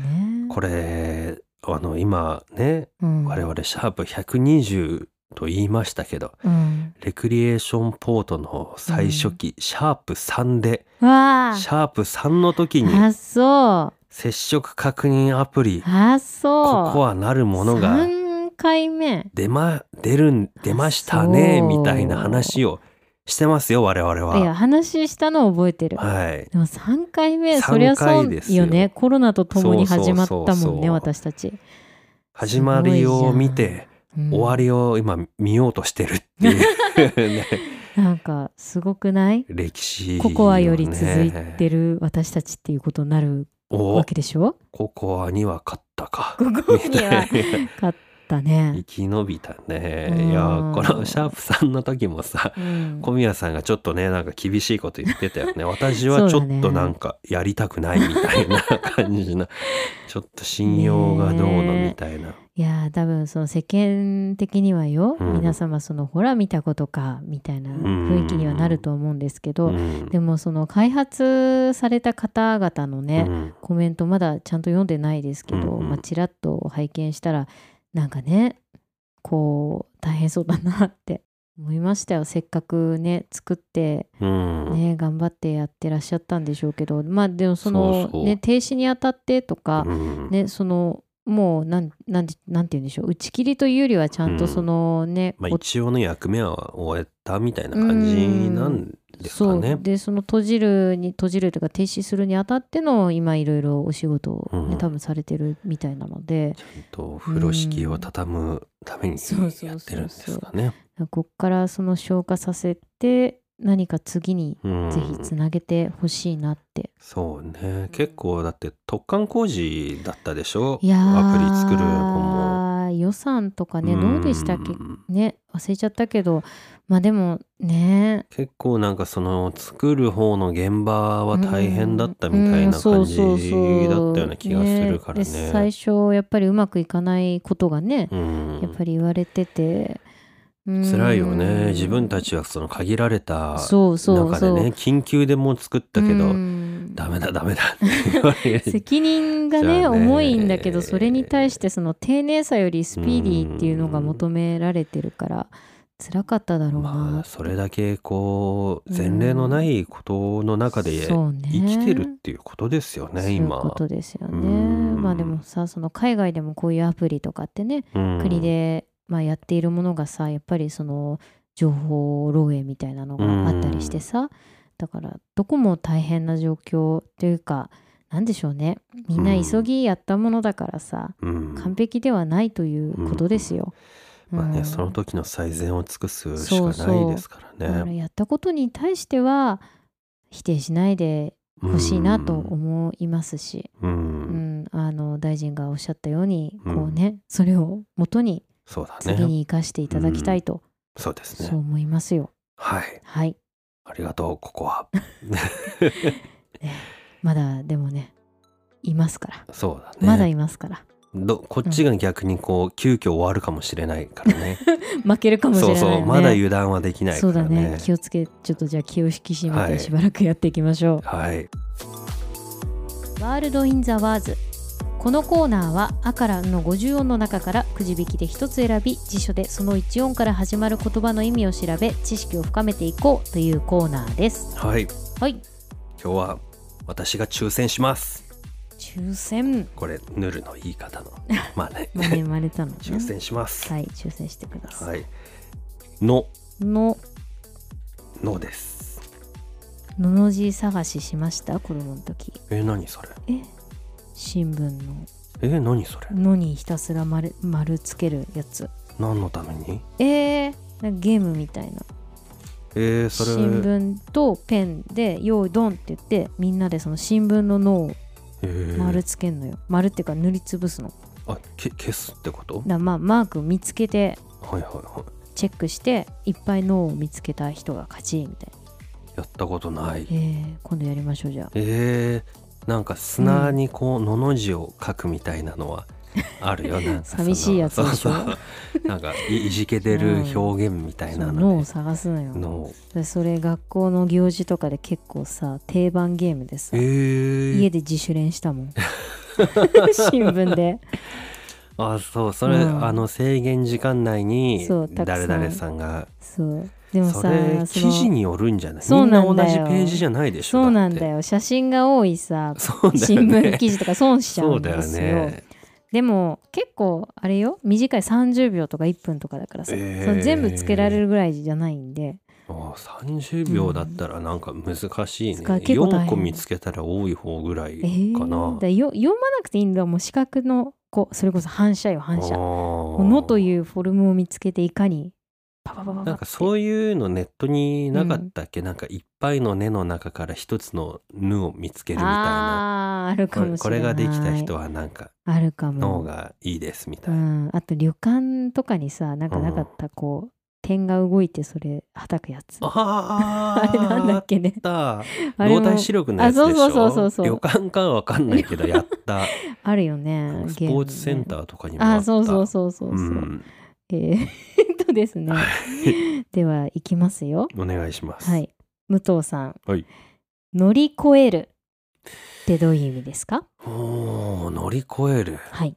[SPEAKER 1] これあの今ね
[SPEAKER 2] うん
[SPEAKER 1] 我々シャープ120と言いましたけど
[SPEAKER 2] うん
[SPEAKER 1] レクリエーションポートの最初期、シャープ3で、
[SPEAKER 2] わあ
[SPEAKER 1] シャープ3の時に
[SPEAKER 2] あそう
[SPEAKER 1] 接触確認アプリ、
[SPEAKER 2] あそう
[SPEAKER 1] ここはなるものが
[SPEAKER 2] 3回目
[SPEAKER 1] 出ま、出るん、出ましたね、
[SPEAKER 2] そう
[SPEAKER 1] みたいな話をしてますよ、我々
[SPEAKER 2] いや
[SPEAKER 1] は。
[SPEAKER 2] 話したの覚えてる、
[SPEAKER 1] は
[SPEAKER 2] で
[SPEAKER 1] い。
[SPEAKER 2] も3回目
[SPEAKER 1] 3
[SPEAKER 2] そりゃそう
[SPEAKER 1] 回ですよ
[SPEAKER 2] よねコロナと共に始まったもんね
[SPEAKER 1] そうそうそうそう
[SPEAKER 2] 私たち
[SPEAKER 1] 始まりを見て、
[SPEAKER 2] うん
[SPEAKER 1] 終わりを今見ようとしてるっていう、 ね、
[SPEAKER 2] なんかすごくない
[SPEAKER 1] 歴史、ね、
[SPEAKER 2] ココアより続いてる私たちっていうことになる
[SPEAKER 1] お
[SPEAKER 2] わけでしょ
[SPEAKER 1] ココアには勝ったか
[SPEAKER 2] ココアには
[SPEAKER 1] みたいな
[SPEAKER 2] 勝った
[SPEAKER 1] 生
[SPEAKER 2] ね。
[SPEAKER 1] き延びた
[SPEAKER 2] うん
[SPEAKER 1] ねいやこのシャープさんの時もさ
[SPEAKER 2] うん
[SPEAKER 1] 小宮さんがちょっとねなんか厳しいこと言ってた よね私はちょっとなんかやりたくないみたいな感じな、ちょっと信用がどうのみたいな、
[SPEAKER 2] いやー多分その世間的にはよ、
[SPEAKER 1] うん
[SPEAKER 2] 皆様そのほら見たことかみたいな雰囲気にはなると思うんですけど、
[SPEAKER 1] うん
[SPEAKER 2] でもその開発された方々のね、
[SPEAKER 1] うん
[SPEAKER 2] コメントまだちゃんと読んでないですけど、
[SPEAKER 1] うんうん
[SPEAKER 2] まあ、ちらっと拝見したらなんかねこう大変そうだなって思いましたよせっかくね作って
[SPEAKER 1] うん
[SPEAKER 2] ね、頑張ってやってらっしゃったんでしょうけどまあでもその
[SPEAKER 1] そうそう
[SPEAKER 2] ね停止にあたってとか、
[SPEAKER 1] うん
[SPEAKER 2] ねそのもうなんなんてなんて言うんでしょう打ち切りというよりはちゃんとそのね、
[SPEAKER 1] まあ、
[SPEAKER 2] お
[SPEAKER 1] 一応の役目は終えたみたいな感じなんですか
[SPEAKER 2] そ
[SPEAKER 1] ね
[SPEAKER 2] う。でその閉じるに閉じるというか停止するにあたっての今いろいろお仕事をね、
[SPEAKER 1] うん
[SPEAKER 2] 多分されてるみたいなので
[SPEAKER 1] と風呂敷を畳むために
[SPEAKER 2] そうそうそうそう
[SPEAKER 1] やってるんですかね。
[SPEAKER 2] こっからその消化させて何か次に
[SPEAKER 1] うん
[SPEAKER 2] ぜひつなげてほしいなって、
[SPEAKER 1] そうね結構だって突貫工事だったでしょ
[SPEAKER 2] いやー
[SPEAKER 1] アプリ作るのも。
[SPEAKER 2] 予算とかねどうでしたっけ
[SPEAKER 1] うん
[SPEAKER 2] ね忘れちゃったけどまあでもね
[SPEAKER 1] 結構なんかその作る方の現場は大変だったみたい
[SPEAKER 2] うんう
[SPEAKER 1] な感
[SPEAKER 2] ん
[SPEAKER 1] じだ
[SPEAKER 2] そう
[SPEAKER 1] っ
[SPEAKER 2] そ
[SPEAKER 1] た
[SPEAKER 2] うそう
[SPEAKER 1] ような気がするから
[SPEAKER 2] で
[SPEAKER 1] ね
[SPEAKER 2] 最。初やっぱりうまくいかないことがね、
[SPEAKER 1] うん
[SPEAKER 2] やっぱり言われてて、うん
[SPEAKER 1] 辛いよね自分たちはその限られた
[SPEAKER 2] そうそう
[SPEAKER 1] 中で
[SPEAKER 2] そう
[SPEAKER 1] ね緊急でもう作ったけど、
[SPEAKER 2] うん
[SPEAKER 1] ダメだダメだって言われて
[SPEAKER 2] 責任が
[SPEAKER 1] じ
[SPEAKER 2] ね
[SPEAKER 1] ゃあね
[SPEAKER 2] 重いんだけどそれに対してその丁寧さよりスピーディーっていうのが求められてるから辛かっただろうな、
[SPEAKER 1] まあそれだけこう前例のないことの中で
[SPEAKER 2] そう
[SPEAKER 1] 生
[SPEAKER 2] ね
[SPEAKER 1] きてるっていうことですよ
[SPEAKER 2] そう
[SPEAKER 1] ね
[SPEAKER 2] いう
[SPEAKER 1] 今。
[SPEAKER 2] ことですよね、
[SPEAKER 1] うん
[SPEAKER 2] まあでもさその海外でもこういうアプリとかってね、
[SPEAKER 1] うん
[SPEAKER 2] 国で、まあ、やっているものがさやっぱりその情報漏洩みたいなのがあったりしてさ、だからどこも大変な状況というかなんでしょうねみんな急ぎやったものだからさ、
[SPEAKER 1] うん
[SPEAKER 2] 完璧ではないということですよ。
[SPEAKER 1] まあ
[SPEAKER 2] う
[SPEAKER 1] ね
[SPEAKER 2] ん
[SPEAKER 1] その時の最善を尽くすし
[SPEAKER 2] そう
[SPEAKER 1] かな
[SPEAKER 2] そ
[SPEAKER 1] いうですからね。
[SPEAKER 2] だからやったことに対しては否定しないでほしいなと思いますし、
[SPEAKER 1] うん、
[SPEAKER 2] う
[SPEAKER 1] うん
[SPEAKER 2] んあの大臣がおっしゃったように
[SPEAKER 1] うん
[SPEAKER 2] こうね、それを元に
[SPEAKER 1] そうだ
[SPEAKER 2] 次
[SPEAKER 1] ね
[SPEAKER 2] に生かしていただきたいと、
[SPEAKER 1] そうです
[SPEAKER 2] そう
[SPEAKER 1] ね。
[SPEAKER 2] 思いますよ。
[SPEAKER 1] はい
[SPEAKER 2] はい、
[SPEAKER 1] ありがとうここは。
[SPEAKER 2] まだでもねいますから、
[SPEAKER 1] そうだね。
[SPEAKER 2] まだいますから
[SPEAKER 1] どこっちが逆にこう急遽終わるかもしれないからね。
[SPEAKER 2] 負ける かもしれな
[SPEAKER 1] そう
[SPEAKER 2] い
[SPEAKER 1] そ
[SPEAKER 2] よ
[SPEAKER 1] う
[SPEAKER 2] ね。
[SPEAKER 1] まだ油断はできないか
[SPEAKER 2] そうだ
[SPEAKER 1] ら
[SPEAKER 2] ね
[SPEAKER 1] ね。
[SPEAKER 2] 気をつけちょっとじゃあ気を引き締め
[SPEAKER 1] は
[SPEAKER 2] て
[SPEAKER 1] い
[SPEAKER 2] しばらくやっていきましょう。
[SPEAKER 1] はい。
[SPEAKER 2] ワールド・イン・ザ・ワーズこのコーナーは「あ」から「ん」の50音の中からくじ引きで1つ選び辞書でその1音から始まる言葉の意味を調べ知識を深めていこうというコーナーです
[SPEAKER 1] はい。
[SPEAKER 2] はい
[SPEAKER 1] 今日は私が抽選します
[SPEAKER 2] 抽選
[SPEAKER 1] これヌルの言 い方のまあね
[SPEAKER 2] まねまれたのね
[SPEAKER 1] 抽選します
[SPEAKER 2] はい抽選してください、
[SPEAKER 1] はいの
[SPEAKER 2] の
[SPEAKER 1] のです
[SPEAKER 2] のの字探ししました子供の時
[SPEAKER 1] え何それ
[SPEAKER 2] え新聞の
[SPEAKER 1] え何それ
[SPEAKER 2] のにひたすら丸丸つけるやつ
[SPEAKER 1] 何のために
[SPEAKER 2] えー、なんかゲームみたいな
[SPEAKER 1] えー、それ
[SPEAKER 2] 新聞とペンで「用意ドン」って言ってみんなでその新聞の脳を
[SPEAKER 1] えー
[SPEAKER 2] 丸つけんのよ、丸っていうか塗りつぶすのだか
[SPEAKER 1] あけ消すってこと
[SPEAKER 2] らまあマーク見つけて
[SPEAKER 1] はいはいは
[SPEAKER 2] チェックしていっぱい脳を見つけた人が勝ちみたいない
[SPEAKER 1] やったことない
[SPEAKER 2] えー、今度やりましょうじゃあ
[SPEAKER 1] えー、なんか砂にこうのの字を書くみたいな のはあるよなんかその
[SPEAKER 2] 寂しいやつでしょ
[SPEAKER 1] そうそうなんかいいじけてる表現みたい
[SPEAKER 2] そ
[SPEAKER 1] な
[SPEAKER 2] の
[SPEAKER 1] の
[SPEAKER 2] 脳
[SPEAKER 1] で
[SPEAKER 2] を探すのよ
[SPEAKER 1] の
[SPEAKER 2] でそれ学校の行事とかで結構さ定番ゲームでさ
[SPEAKER 1] えー、
[SPEAKER 2] 家で自主練したもん 新聞で
[SPEAKER 1] あそうそれ、
[SPEAKER 2] うん
[SPEAKER 1] あの制限時間内に
[SPEAKER 2] そうたくさん
[SPEAKER 1] 誰々さんが
[SPEAKER 2] そうでも
[SPEAKER 1] そ
[SPEAKER 2] さ
[SPEAKER 1] れ
[SPEAKER 2] そ
[SPEAKER 1] 記
[SPEAKER 2] の
[SPEAKER 1] 事によるんじゃない
[SPEAKER 2] そうなんだよ
[SPEAKER 1] みんな同じページじゃないでしょ
[SPEAKER 2] そうなんだ
[SPEAKER 1] よ
[SPEAKER 2] よ写真が多いさ
[SPEAKER 1] そうだ
[SPEAKER 2] 新
[SPEAKER 1] よね
[SPEAKER 2] 聞記事とか損しちゃ
[SPEAKER 1] そううんだよ
[SPEAKER 2] ですよ
[SPEAKER 1] ね
[SPEAKER 2] でも結構あれよ短い30秒とか1分とかだからさ、
[SPEAKER 1] えー
[SPEAKER 2] その全部つけられるぐらいじゃないんで
[SPEAKER 1] あああ30秒だったらなんか難しいね、
[SPEAKER 2] うん使う結構大変
[SPEAKER 1] 4個見つけたら多い方ぐらい
[SPEAKER 2] えー
[SPEAKER 1] かな
[SPEAKER 2] だ、からよ読まなくていいんだもう視覚のこうそれこそ反射よ反射
[SPEAKER 1] ああ
[SPEAKER 2] もうのというフォルムを見つけていかにパパパパパって
[SPEAKER 1] なんかそういうのネットになかったっけ、なんかいっぱいの根の中から一つの「ぬ」を見つけるみたいな
[SPEAKER 2] あーあるか
[SPEAKER 1] こ
[SPEAKER 2] も
[SPEAKER 1] れ
[SPEAKER 2] しれ
[SPEAKER 1] こ
[SPEAKER 2] ない
[SPEAKER 1] れができた人はなんか
[SPEAKER 2] あるかも
[SPEAKER 1] 脳がいいですみた
[SPEAKER 2] う
[SPEAKER 1] いな、
[SPEAKER 2] ん、あと旅館とかにさなんかなかったこう、点が動いてそれはたくや つあ
[SPEAKER 1] あ
[SPEAKER 2] れなんだっけね
[SPEAKER 1] た
[SPEAKER 2] あれも
[SPEAKER 1] 動体視力のやつでしょ
[SPEAKER 2] あそうそうそうそうそう
[SPEAKER 1] 旅館かは分かんな いけどやった
[SPEAKER 2] あるよね
[SPEAKER 1] スポーツセン
[SPEAKER 2] ー
[SPEAKER 1] ターとかにもあった
[SPEAKER 2] あそうそうそうそうそう、
[SPEAKER 1] うん
[SPEAKER 2] えーえっとですね ではいきますよ
[SPEAKER 1] お願いします、
[SPEAKER 2] はい武藤さん、
[SPEAKER 1] はい
[SPEAKER 2] 乗り越えるってどういう意味ですか
[SPEAKER 1] おー乗り越える
[SPEAKER 2] はい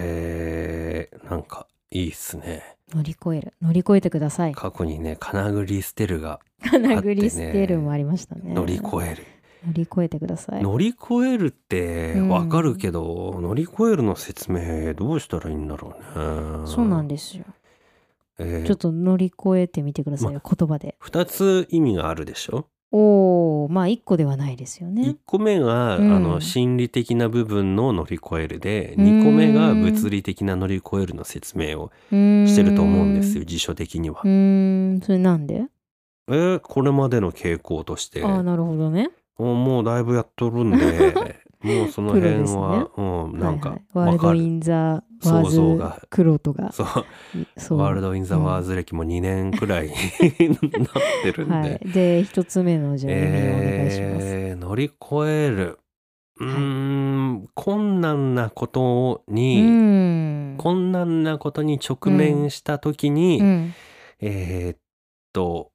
[SPEAKER 1] えー、なんかいいっすね
[SPEAKER 2] 乗り越える乗り越えてくだ さい
[SPEAKER 1] 過去にね金栗ステルが
[SPEAKER 2] 金栗ステルもありましたね
[SPEAKER 1] 乗り越
[SPEAKER 2] 乗
[SPEAKER 1] える、
[SPEAKER 2] り越えてください
[SPEAKER 1] 乗り越えるって
[SPEAKER 2] うん
[SPEAKER 1] わかるけど、乗り越えるの説明どうしたらいいんだろうね
[SPEAKER 2] そうなん
[SPEAKER 1] で、
[SPEAKER 2] ですよ
[SPEAKER 1] えー
[SPEAKER 2] ちょっと乗り越えてみてくださいよ、言葉で。
[SPEAKER 1] 二つ意味があるでしょ、
[SPEAKER 2] おお、まあ一個ではないですよ
[SPEAKER 1] 一
[SPEAKER 2] ね。
[SPEAKER 1] 個目が、
[SPEAKER 2] うん
[SPEAKER 1] あの心理的な部分の乗り越えるで
[SPEAKER 2] うーん
[SPEAKER 1] 二個目が物理的な乗り越えるの説明を
[SPEAKER 2] し
[SPEAKER 1] してると思うんですよ。辞書的には
[SPEAKER 2] う。ーん、それなんで？
[SPEAKER 1] えーこれまでの傾向として
[SPEAKER 2] ああ、なるほどね。
[SPEAKER 1] もうもうだいぶやっとるんで もうその辺
[SPEAKER 2] プロです
[SPEAKER 1] は、うん、なん
[SPEAKER 2] は
[SPEAKER 1] か
[SPEAKER 2] いはい、ワー
[SPEAKER 1] わ
[SPEAKER 2] ルド
[SPEAKER 1] かる。
[SPEAKER 2] インザワ
[SPEAKER 1] 想像
[SPEAKER 2] ー
[SPEAKER 1] が
[SPEAKER 2] ズクロートが、
[SPEAKER 1] そう
[SPEAKER 2] そう
[SPEAKER 1] ワールド・イン・ザ・ワーズ歴も2年くらい なってるんで、
[SPEAKER 2] はい。で一つ目のじゃあ意味をお願いします。
[SPEAKER 1] えー乗り越えるうーん、困難なこと
[SPEAKER 2] う
[SPEAKER 1] に、
[SPEAKER 2] ん。
[SPEAKER 1] 困難なことに直面した時に、
[SPEAKER 2] うん
[SPEAKER 1] えーっと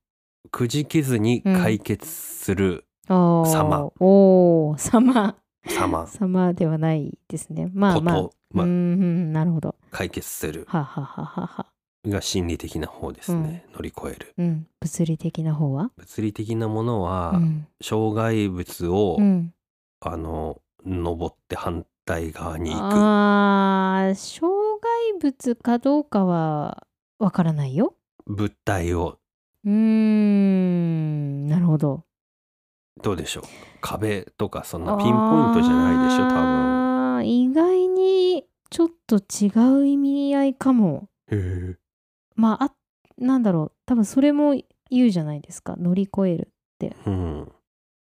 [SPEAKER 1] くじけずに解決する
[SPEAKER 2] ああ
[SPEAKER 1] 様
[SPEAKER 2] おお、様。
[SPEAKER 1] 様こと、
[SPEAKER 2] 様ではないですね。まあまあ。
[SPEAKER 1] まあ
[SPEAKER 2] うんうん、なるほど。
[SPEAKER 1] 解決する
[SPEAKER 2] はあはあはあはあ。
[SPEAKER 1] が心理的な方ですね、乗り越える
[SPEAKER 2] うん。物理的な方は？
[SPEAKER 1] 物理的なものは、
[SPEAKER 2] うん。
[SPEAKER 1] 障害物を、
[SPEAKER 2] うん。
[SPEAKER 1] あの登って反対側に行く
[SPEAKER 2] ああ障害物かどうかはわからないよ。
[SPEAKER 1] 物体を
[SPEAKER 2] うーんなるほど。
[SPEAKER 1] どうでしょう壁とかそんなピンポイントじゃないでしょ多分。
[SPEAKER 2] 分。意外にちょっと違う意味合いかも。
[SPEAKER 1] へ
[SPEAKER 2] まああなんだろう多分それも言うじゃないですか乗り越える。
[SPEAKER 1] えうん、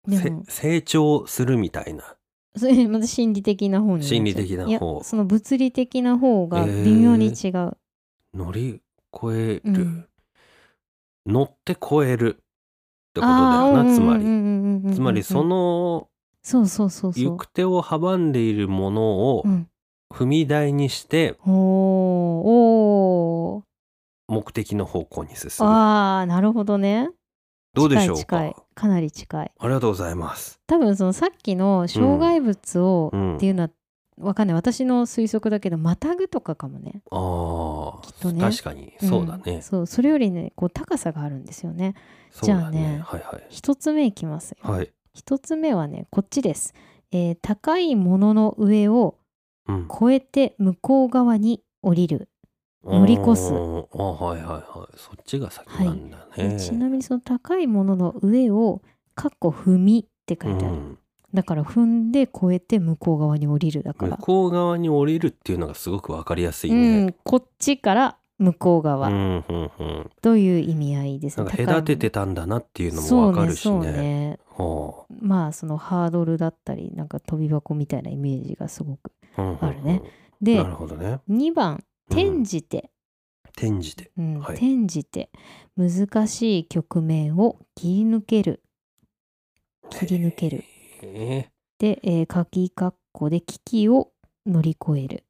[SPEAKER 2] でも
[SPEAKER 1] せ成長するみたいな
[SPEAKER 2] それまた心理的な方になっちゃう
[SPEAKER 1] 心理的な方
[SPEAKER 2] いやその物理的な方が微妙に違う。
[SPEAKER 1] 乗り越え
[SPEAKER 2] う
[SPEAKER 1] る、
[SPEAKER 2] ん
[SPEAKER 1] 乗って越えるってことだ
[SPEAKER 2] あ
[SPEAKER 1] よ
[SPEAKER 2] ー
[SPEAKER 1] なつまり、
[SPEAKER 2] うんうんうんうんうんうん
[SPEAKER 1] つまりその
[SPEAKER 2] そうそうそうそう。
[SPEAKER 1] 行く手を阻んでいるものを
[SPEAKER 2] うん
[SPEAKER 1] 踏み台にして
[SPEAKER 2] おーお
[SPEAKER 1] 目的の方向に進
[SPEAKER 2] ー
[SPEAKER 1] む、
[SPEAKER 2] ああなるほどね
[SPEAKER 1] どうでしょう
[SPEAKER 2] 近い近い
[SPEAKER 1] か
[SPEAKER 2] かなり近い
[SPEAKER 1] ありがとうございます
[SPEAKER 2] 多分そのさっきの障害物を
[SPEAKER 1] うん
[SPEAKER 2] っていうのは、わかんない私の推測だけどまたぐとかかもね
[SPEAKER 1] あー
[SPEAKER 2] きっとね
[SPEAKER 1] 確かにそうだね、
[SPEAKER 2] んそうそれよりねこう高さがあるんですよね
[SPEAKER 1] そう
[SPEAKER 2] じゃ
[SPEAKER 1] だ
[SPEAKER 2] あ
[SPEAKER 1] ね
[SPEAKER 2] ね
[SPEAKER 1] はいはい
[SPEAKER 2] 一つ目いきますよ
[SPEAKER 1] はい、
[SPEAKER 2] 一つ目はねこっちです、えー高いものの上を
[SPEAKER 1] うん、
[SPEAKER 2] 越えて向こう側に降りる、乗り越す
[SPEAKER 1] あーはいはいはいそっちが先なんだね、
[SPEAKER 2] ちなみにその高いものの上を「かっこ踏み」って書いてある、
[SPEAKER 1] うん
[SPEAKER 2] だから踏んで越えて向こう側に降りるだか
[SPEAKER 1] 向
[SPEAKER 2] ら、
[SPEAKER 1] こう側に降りるっていうのがすごくわかりやすいうね
[SPEAKER 2] ん、こっちから向こう
[SPEAKER 1] う
[SPEAKER 2] 側
[SPEAKER 1] んうんうん
[SPEAKER 2] という意味合いです
[SPEAKER 1] な
[SPEAKER 2] ね。
[SPEAKER 1] んか
[SPEAKER 2] 高い
[SPEAKER 1] 隔ててたんだなっていうのもわかるし
[SPEAKER 2] そうねそう
[SPEAKER 1] ね。
[SPEAKER 2] ね
[SPEAKER 1] は
[SPEAKER 2] まあそのハードルだったりなんか飛び箱みたいなイメージがすごく。
[SPEAKER 1] あうんうんうん
[SPEAKER 2] あるね
[SPEAKER 1] な
[SPEAKER 2] で
[SPEAKER 1] るほどね。
[SPEAKER 2] 2番「
[SPEAKER 1] うん
[SPEAKER 2] 転じて」
[SPEAKER 1] 転じて。
[SPEAKER 2] うん
[SPEAKER 1] はい
[SPEAKER 2] 転じて難しい局面を切り抜ける切り抜ける。
[SPEAKER 1] え
[SPEAKER 2] で、えー、鍵括弧で危機を乗り越える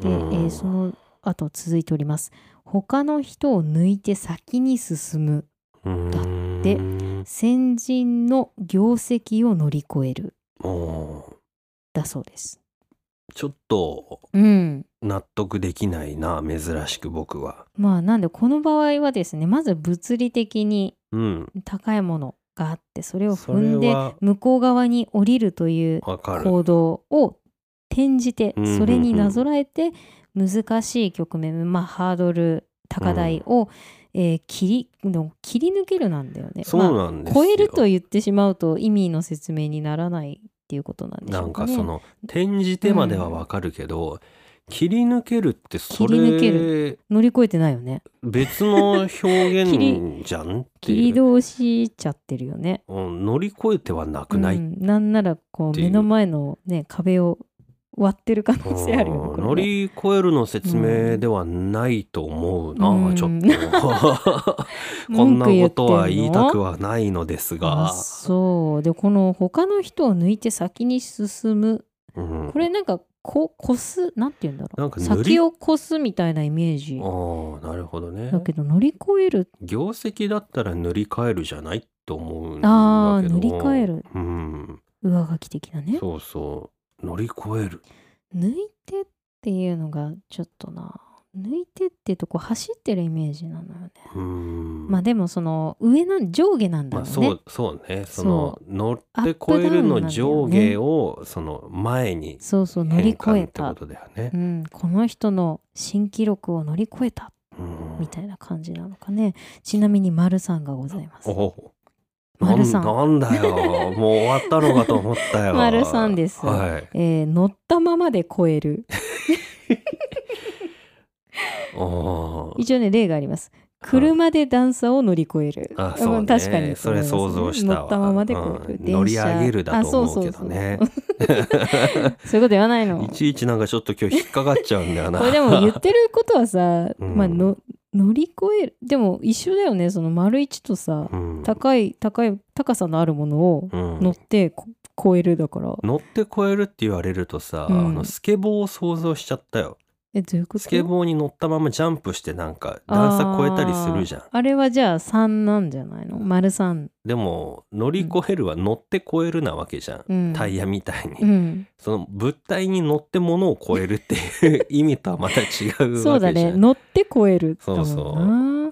[SPEAKER 2] で、えーその後続いております他の人を抜いて先に進むだって先人の業績を乗り越える
[SPEAKER 1] もう
[SPEAKER 2] だそうです。
[SPEAKER 1] ちょっと
[SPEAKER 2] うん、
[SPEAKER 1] 納得できないな珍しく僕は。
[SPEAKER 2] まあなんでこの場合はですねまず物理的に
[SPEAKER 1] うん
[SPEAKER 2] 高いものがあってそれを
[SPEAKER 1] そ
[SPEAKER 2] 踏
[SPEAKER 1] れ
[SPEAKER 2] んで
[SPEAKER 1] は
[SPEAKER 2] 向こう側に降りるという
[SPEAKER 1] わかる。
[SPEAKER 2] 行動を転じて
[SPEAKER 1] うん
[SPEAKER 2] それになぞらえて難しい局面まあハードル高台を、えー切りの切り抜けるなんだよね。
[SPEAKER 1] そう
[SPEAKER 2] ま
[SPEAKER 1] なん
[SPEAKER 2] あ
[SPEAKER 1] ですよ、
[SPEAKER 2] 超えると言ってしまうと意味の説明にならないっていうことなんでし
[SPEAKER 1] な
[SPEAKER 2] ょうんか
[SPEAKER 1] か
[SPEAKER 2] ね。
[SPEAKER 1] その転じてまではわかるけど、切り抜けるってそ
[SPEAKER 2] 切り抜け
[SPEAKER 1] れ
[SPEAKER 2] 乗り越えてないよね。
[SPEAKER 1] 別の表
[SPEAKER 2] 切
[SPEAKER 1] 現
[SPEAKER 2] り
[SPEAKER 1] じゃんって
[SPEAKER 2] 切り
[SPEAKER 1] いう、
[SPEAKER 2] 通しちゃってるよね。
[SPEAKER 1] うん、乗り越えてはなくない、
[SPEAKER 2] うん、なんならこ
[SPEAKER 1] っ
[SPEAKER 2] う
[SPEAKER 1] ていう
[SPEAKER 2] 目の前のね壁を割ってる可能性あるよねこ
[SPEAKER 1] う
[SPEAKER 2] れ
[SPEAKER 1] ん
[SPEAKER 2] ね。
[SPEAKER 1] 乗り越えるの説明ではないと思うな、
[SPEAKER 2] うん
[SPEAKER 1] ちょっ と こんなことは言いたく
[SPEAKER 2] は
[SPEAKER 1] はないのです
[SPEAKER 2] あ
[SPEAKER 1] が、
[SPEAKER 2] そうでこの他の人を抜いて先に進む
[SPEAKER 1] うん
[SPEAKER 2] これなんかここすなんて言うんだ
[SPEAKER 1] な
[SPEAKER 2] ろ
[SPEAKER 1] ん
[SPEAKER 2] う
[SPEAKER 1] か塗り
[SPEAKER 2] 先をこすみたいなイメージ
[SPEAKER 1] ああなるほどね
[SPEAKER 2] だけど乗り越える
[SPEAKER 1] 業績だったら塗り替えるじゃないと思うん
[SPEAKER 2] あ
[SPEAKER 1] だ
[SPEAKER 2] あ
[SPEAKER 1] けど
[SPEAKER 2] 塗り替える
[SPEAKER 1] うん
[SPEAKER 2] 上書き的なね
[SPEAKER 1] そうそう乗り越える
[SPEAKER 2] 抜いてっていうのがちょっとな抜いてってとこ走ってるイメージなのよね
[SPEAKER 1] うん
[SPEAKER 2] まあでもその上なん上下なんだろ
[SPEAKER 1] まあ
[SPEAKER 2] うね、
[SPEAKER 1] そうそうねその
[SPEAKER 2] そ
[SPEAKER 1] 乗って
[SPEAKER 2] アップダウ
[SPEAKER 1] 超
[SPEAKER 2] ン
[SPEAKER 1] える
[SPEAKER 2] なんだよ
[SPEAKER 1] の
[SPEAKER 2] ね
[SPEAKER 1] 上下をその前に
[SPEAKER 2] そうそう乗り
[SPEAKER 1] 変
[SPEAKER 2] 越
[SPEAKER 1] 換
[SPEAKER 2] え
[SPEAKER 1] って
[SPEAKER 2] た
[SPEAKER 1] ことだよね
[SPEAKER 2] う。ん、この人の新記録を乗り越えた
[SPEAKER 1] うん
[SPEAKER 2] みたいな感じなのかねちなみに丸さんがございます
[SPEAKER 1] おおな
[SPEAKER 2] 丸
[SPEAKER 1] ん
[SPEAKER 2] さん
[SPEAKER 1] なんだよもう終わったのかと思ったよ。
[SPEAKER 2] 丸さんです
[SPEAKER 1] はい。
[SPEAKER 2] えー乗ったままで超える
[SPEAKER 1] おー
[SPEAKER 2] 一応ね例があります車で段差を乗り越える
[SPEAKER 1] あそうね
[SPEAKER 2] ん確かに
[SPEAKER 1] それ
[SPEAKER 2] そう思
[SPEAKER 1] 想
[SPEAKER 2] いますね
[SPEAKER 1] 像したわ
[SPEAKER 2] 乗ったままで超える、
[SPEAKER 1] うん
[SPEAKER 2] 電車
[SPEAKER 1] 乗り上げるだと思う
[SPEAKER 2] あそそそ
[SPEAKER 1] けどね
[SPEAKER 2] そういうこと言わないの
[SPEAKER 1] いちいちなんかちょっと今日引っかかっちゃうんだよな。
[SPEAKER 2] これでも言ってることはさ、
[SPEAKER 1] うん
[SPEAKER 2] まあ、の乗り越えるでも一緒だよねその丸一とさ、
[SPEAKER 1] うん
[SPEAKER 2] 高い高い高さのあるものを
[SPEAKER 1] うん
[SPEAKER 2] 乗ってこ超えるだから、
[SPEAKER 1] 乗って越えるって言われるとさ、
[SPEAKER 2] うん
[SPEAKER 1] あのスケボーを想像しちゃったよ
[SPEAKER 2] えどういうこと
[SPEAKER 1] スケボーに乗ったままジャンプしてなんか段差越えたりするじゃん
[SPEAKER 2] あーあれはじゃあ3なんじゃないの丸3、
[SPEAKER 1] でも乗り越えるは乗って越えるなわけじゃん、
[SPEAKER 2] うん、
[SPEAKER 1] タイヤみたいに、
[SPEAKER 2] うん、
[SPEAKER 1] その物体に乗って物を越えるっていう意味とはまた違う
[SPEAKER 2] そ
[SPEAKER 1] わ
[SPEAKER 2] うだ
[SPEAKER 1] けじゃ
[SPEAKER 2] ね
[SPEAKER 1] ん
[SPEAKER 2] 乗って超えるだもんな
[SPEAKER 1] そう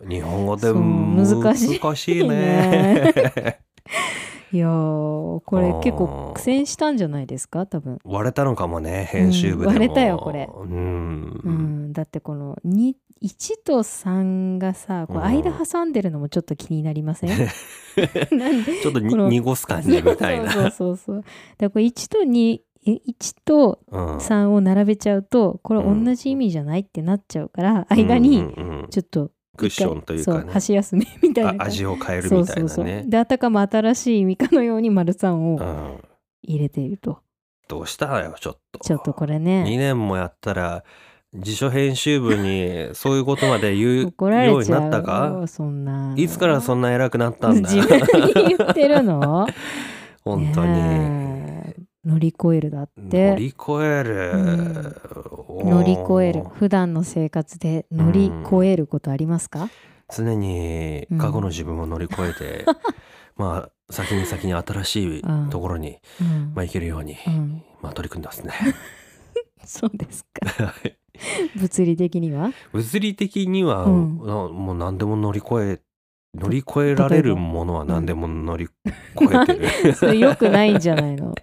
[SPEAKER 1] そう日本語で
[SPEAKER 2] そう
[SPEAKER 1] 難
[SPEAKER 2] 難
[SPEAKER 1] し
[SPEAKER 2] し
[SPEAKER 1] い
[SPEAKER 2] い
[SPEAKER 1] 難しい ね
[SPEAKER 2] いやーこれ結
[SPEAKER 1] あー
[SPEAKER 2] 構苦戦したんじゃないですか多分、
[SPEAKER 1] 割れたのかもね編集部でも、
[SPEAKER 2] うん割れたよこれ
[SPEAKER 1] うん、
[SPEAKER 2] うんだってこの2 1と3がさこう間挟んでるのもちょっと気になり ません、なんで
[SPEAKER 1] ちょっとに
[SPEAKER 2] この
[SPEAKER 1] 濁す感じみたいな
[SPEAKER 2] そうそうそうそうだからこれ1と2え1と
[SPEAKER 1] うん
[SPEAKER 2] 3を並べちゃうとこれ同じ意味じゃないってなっちゃうから間に
[SPEAKER 1] うんうんうん
[SPEAKER 2] ちょっと
[SPEAKER 1] クッションという
[SPEAKER 2] そ
[SPEAKER 1] か
[SPEAKER 2] う
[SPEAKER 1] ね
[SPEAKER 2] 箸休めみたいな
[SPEAKER 1] あ
[SPEAKER 2] 感じ
[SPEAKER 1] 味を変えるみたいなね
[SPEAKER 2] であたかも新しい意味かのように丸さんを
[SPEAKER 1] うん
[SPEAKER 2] 入れていると、
[SPEAKER 1] どうしたよちょっと
[SPEAKER 2] ちょっとこれ
[SPEAKER 1] 2
[SPEAKER 2] ね
[SPEAKER 1] 年もやったら辞書編集部にそういうことまで言
[SPEAKER 2] 怒
[SPEAKER 1] う
[SPEAKER 2] ら
[SPEAKER 1] よう
[SPEAKER 2] れ
[SPEAKER 1] に
[SPEAKER 2] ちゃ
[SPEAKER 1] な
[SPEAKER 2] う
[SPEAKER 1] ったか
[SPEAKER 2] そんない
[SPEAKER 1] つからそ
[SPEAKER 2] ん
[SPEAKER 1] んな偉くなったん だ
[SPEAKER 2] 自分に言ってるの
[SPEAKER 1] 本当に
[SPEAKER 2] ねえ乗り越えるだっ
[SPEAKER 1] 乗
[SPEAKER 2] て
[SPEAKER 1] り越える
[SPEAKER 2] うん
[SPEAKER 1] おー
[SPEAKER 2] 乗り越える普段の生活で乗り越えることありますか、
[SPEAKER 1] 常に過去の自分を乗り越 えてまあ先に先に新しいところに
[SPEAKER 2] うん
[SPEAKER 1] まあ行けるように
[SPEAKER 2] うん
[SPEAKER 1] まあ取り組んでますね
[SPEAKER 2] そうですか
[SPEAKER 1] はい
[SPEAKER 2] 物理的には
[SPEAKER 1] 物理的には、
[SPEAKER 2] うん
[SPEAKER 1] なもう何でも乗り越え乗り越えられるものは何でも乗り越えて る。
[SPEAKER 2] それ良 くないんじゃないの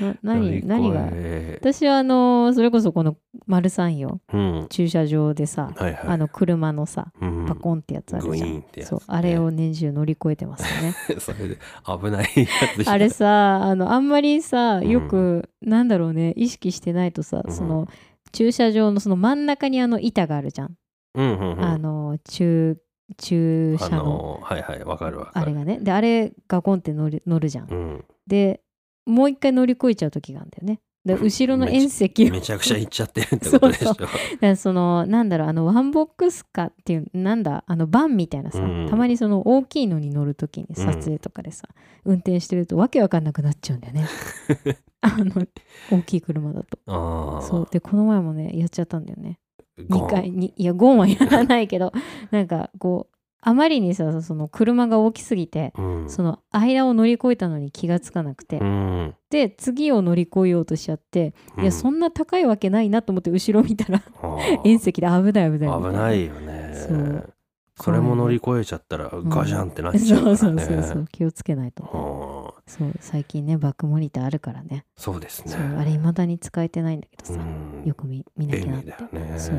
[SPEAKER 2] な何
[SPEAKER 1] 乗り
[SPEAKER 2] 何
[SPEAKER 1] 越
[SPEAKER 2] が
[SPEAKER 1] え
[SPEAKER 2] 私はあのーそれこそこの丸三よ
[SPEAKER 1] うん。
[SPEAKER 2] 駐車場でさ、
[SPEAKER 1] はいはい。
[SPEAKER 2] あの車のさ
[SPEAKER 1] うん、
[SPEAKER 2] パコンってやつある
[SPEAKER 1] グイ
[SPEAKER 2] じゃ
[SPEAKER 1] ーン
[SPEAKER 2] ん、
[SPEAKER 1] ってやつ、
[SPEAKER 2] そうあれ。を年中乗り越えてますよね
[SPEAKER 1] それで危ないやつじゃん
[SPEAKER 2] あれさあのあんまりさ
[SPEAKER 1] うん
[SPEAKER 2] よく、なんだろうね意識してないとさ、
[SPEAKER 1] うん
[SPEAKER 2] その駐車場のその真ん中にあの板があるじゃん、
[SPEAKER 1] うんうんうん、
[SPEAKER 2] あの駐駐車
[SPEAKER 1] あ
[SPEAKER 2] の
[SPEAKER 1] のはいはいわかるわか
[SPEAKER 2] あ
[SPEAKER 1] る。
[SPEAKER 2] れがねであれガコンって乗る乗るじゃん、
[SPEAKER 1] うん。
[SPEAKER 2] でもう一回乗り越えちゃう時があるんだよねで後ろの縁石を
[SPEAKER 1] めちゃくちゃ行っちゃってるってことでしょ。
[SPEAKER 2] そうだからそのなんだろうあのワンボックスカーっていうなんだあのバンみたいなさ、
[SPEAKER 1] うん
[SPEAKER 2] たまにその大きいのに乗るときに
[SPEAKER 1] うん
[SPEAKER 2] 撮影とかでさ、運転してるとわけわかんなくなっちゃうんだよ ねあの大きい車だと
[SPEAKER 1] ああ。
[SPEAKER 2] そうでこの前もねやっちゃったんだよね
[SPEAKER 1] ゴン
[SPEAKER 2] 2回にいやゴンはやらないけ どなんかこうあまりにさその車が大きすぎて
[SPEAKER 1] うん。
[SPEAKER 2] その間を乗り越えたのに気がつかなくて、
[SPEAKER 1] うん。
[SPEAKER 2] で次を乗り越えようとしちゃって、
[SPEAKER 1] うん
[SPEAKER 2] いやそんな高いわけないなと思って後ろ見たら
[SPEAKER 1] あー
[SPEAKER 2] 遠石で危ない危ない
[SPEAKER 1] 危ないよね。
[SPEAKER 2] そう
[SPEAKER 1] それも乗り越えちゃったら
[SPEAKER 2] ん
[SPEAKER 1] ガジャンってなっちゃうか
[SPEAKER 2] そ
[SPEAKER 1] らね。
[SPEAKER 2] うそうそうそう気をつけないとね、
[SPEAKER 1] はあ
[SPEAKER 2] そう最近ねバックモニターあるからね
[SPEAKER 1] そうですね。
[SPEAKER 2] そうあれ未だに使えてないんだけどさ、
[SPEAKER 1] うん
[SPEAKER 2] よく見見なきゃ
[SPEAKER 1] 便
[SPEAKER 2] なっ
[SPEAKER 1] 利
[SPEAKER 2] て
[SPEAKER 1] だよね。
[SPEAKER 2] そう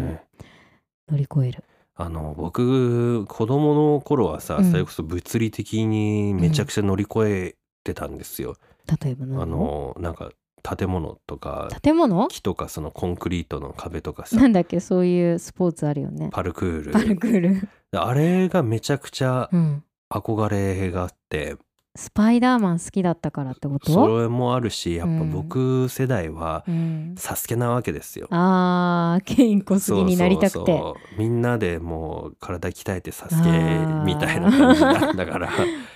[SPEAKER 2] 乗り越える
[SPEAKER 1] あの僕子供の頃はさ、
[SPEAKER 2] うん
[SPEAKER 1] それこそ物理的にめちゃくちゃ乗り越えてたんですよ。
[SPEAKER 2] 例えば何
[SPEAKER 1] あのなんか建物とか
[SPEAKER 2] 建物
[SPEAKER 1] 木とかそのコンクリートの壁とかさ
[SPEAKER 2] なんだっけそういうスポーツあるよね。
[SPEAKER 1] パルクール
[SPEAKER 2] パルクール。
[SPEAKER 1] あれがめちゃくちゃ
[SPEAKER 2] うん。
[SPEAKER 1] 憧れがあって、
[SPEAKER 2] スパイダーマン好きだったからってこと
[SPEAKER 1] それもあるしやっぱ僕世代は
[SPEAKER 2] うん。
[SPEAKER 1] 「サスケなわけですよ。
[SPEAKER 2] あー、ケイン小杉になりたくて。
[SPEAKER 1] そうそうみんなでもう体鍛えて「サスケみたいな感じなんだから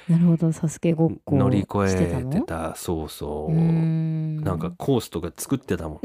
[SPEAKER 2] なるほど、サスケごっこ
[SPEAKER 1] 乗り越
[SPEAKER 2] してた
[SPEAKER 1] え
[SPEAKER 2] の
[SPEAKER 1] てたそうそう
[SPEAKER 2] ー
[SPEAKER 1] う。
[SPEAKER 2] ん
[SPEAKER 1] な んかコースとか作ってたもん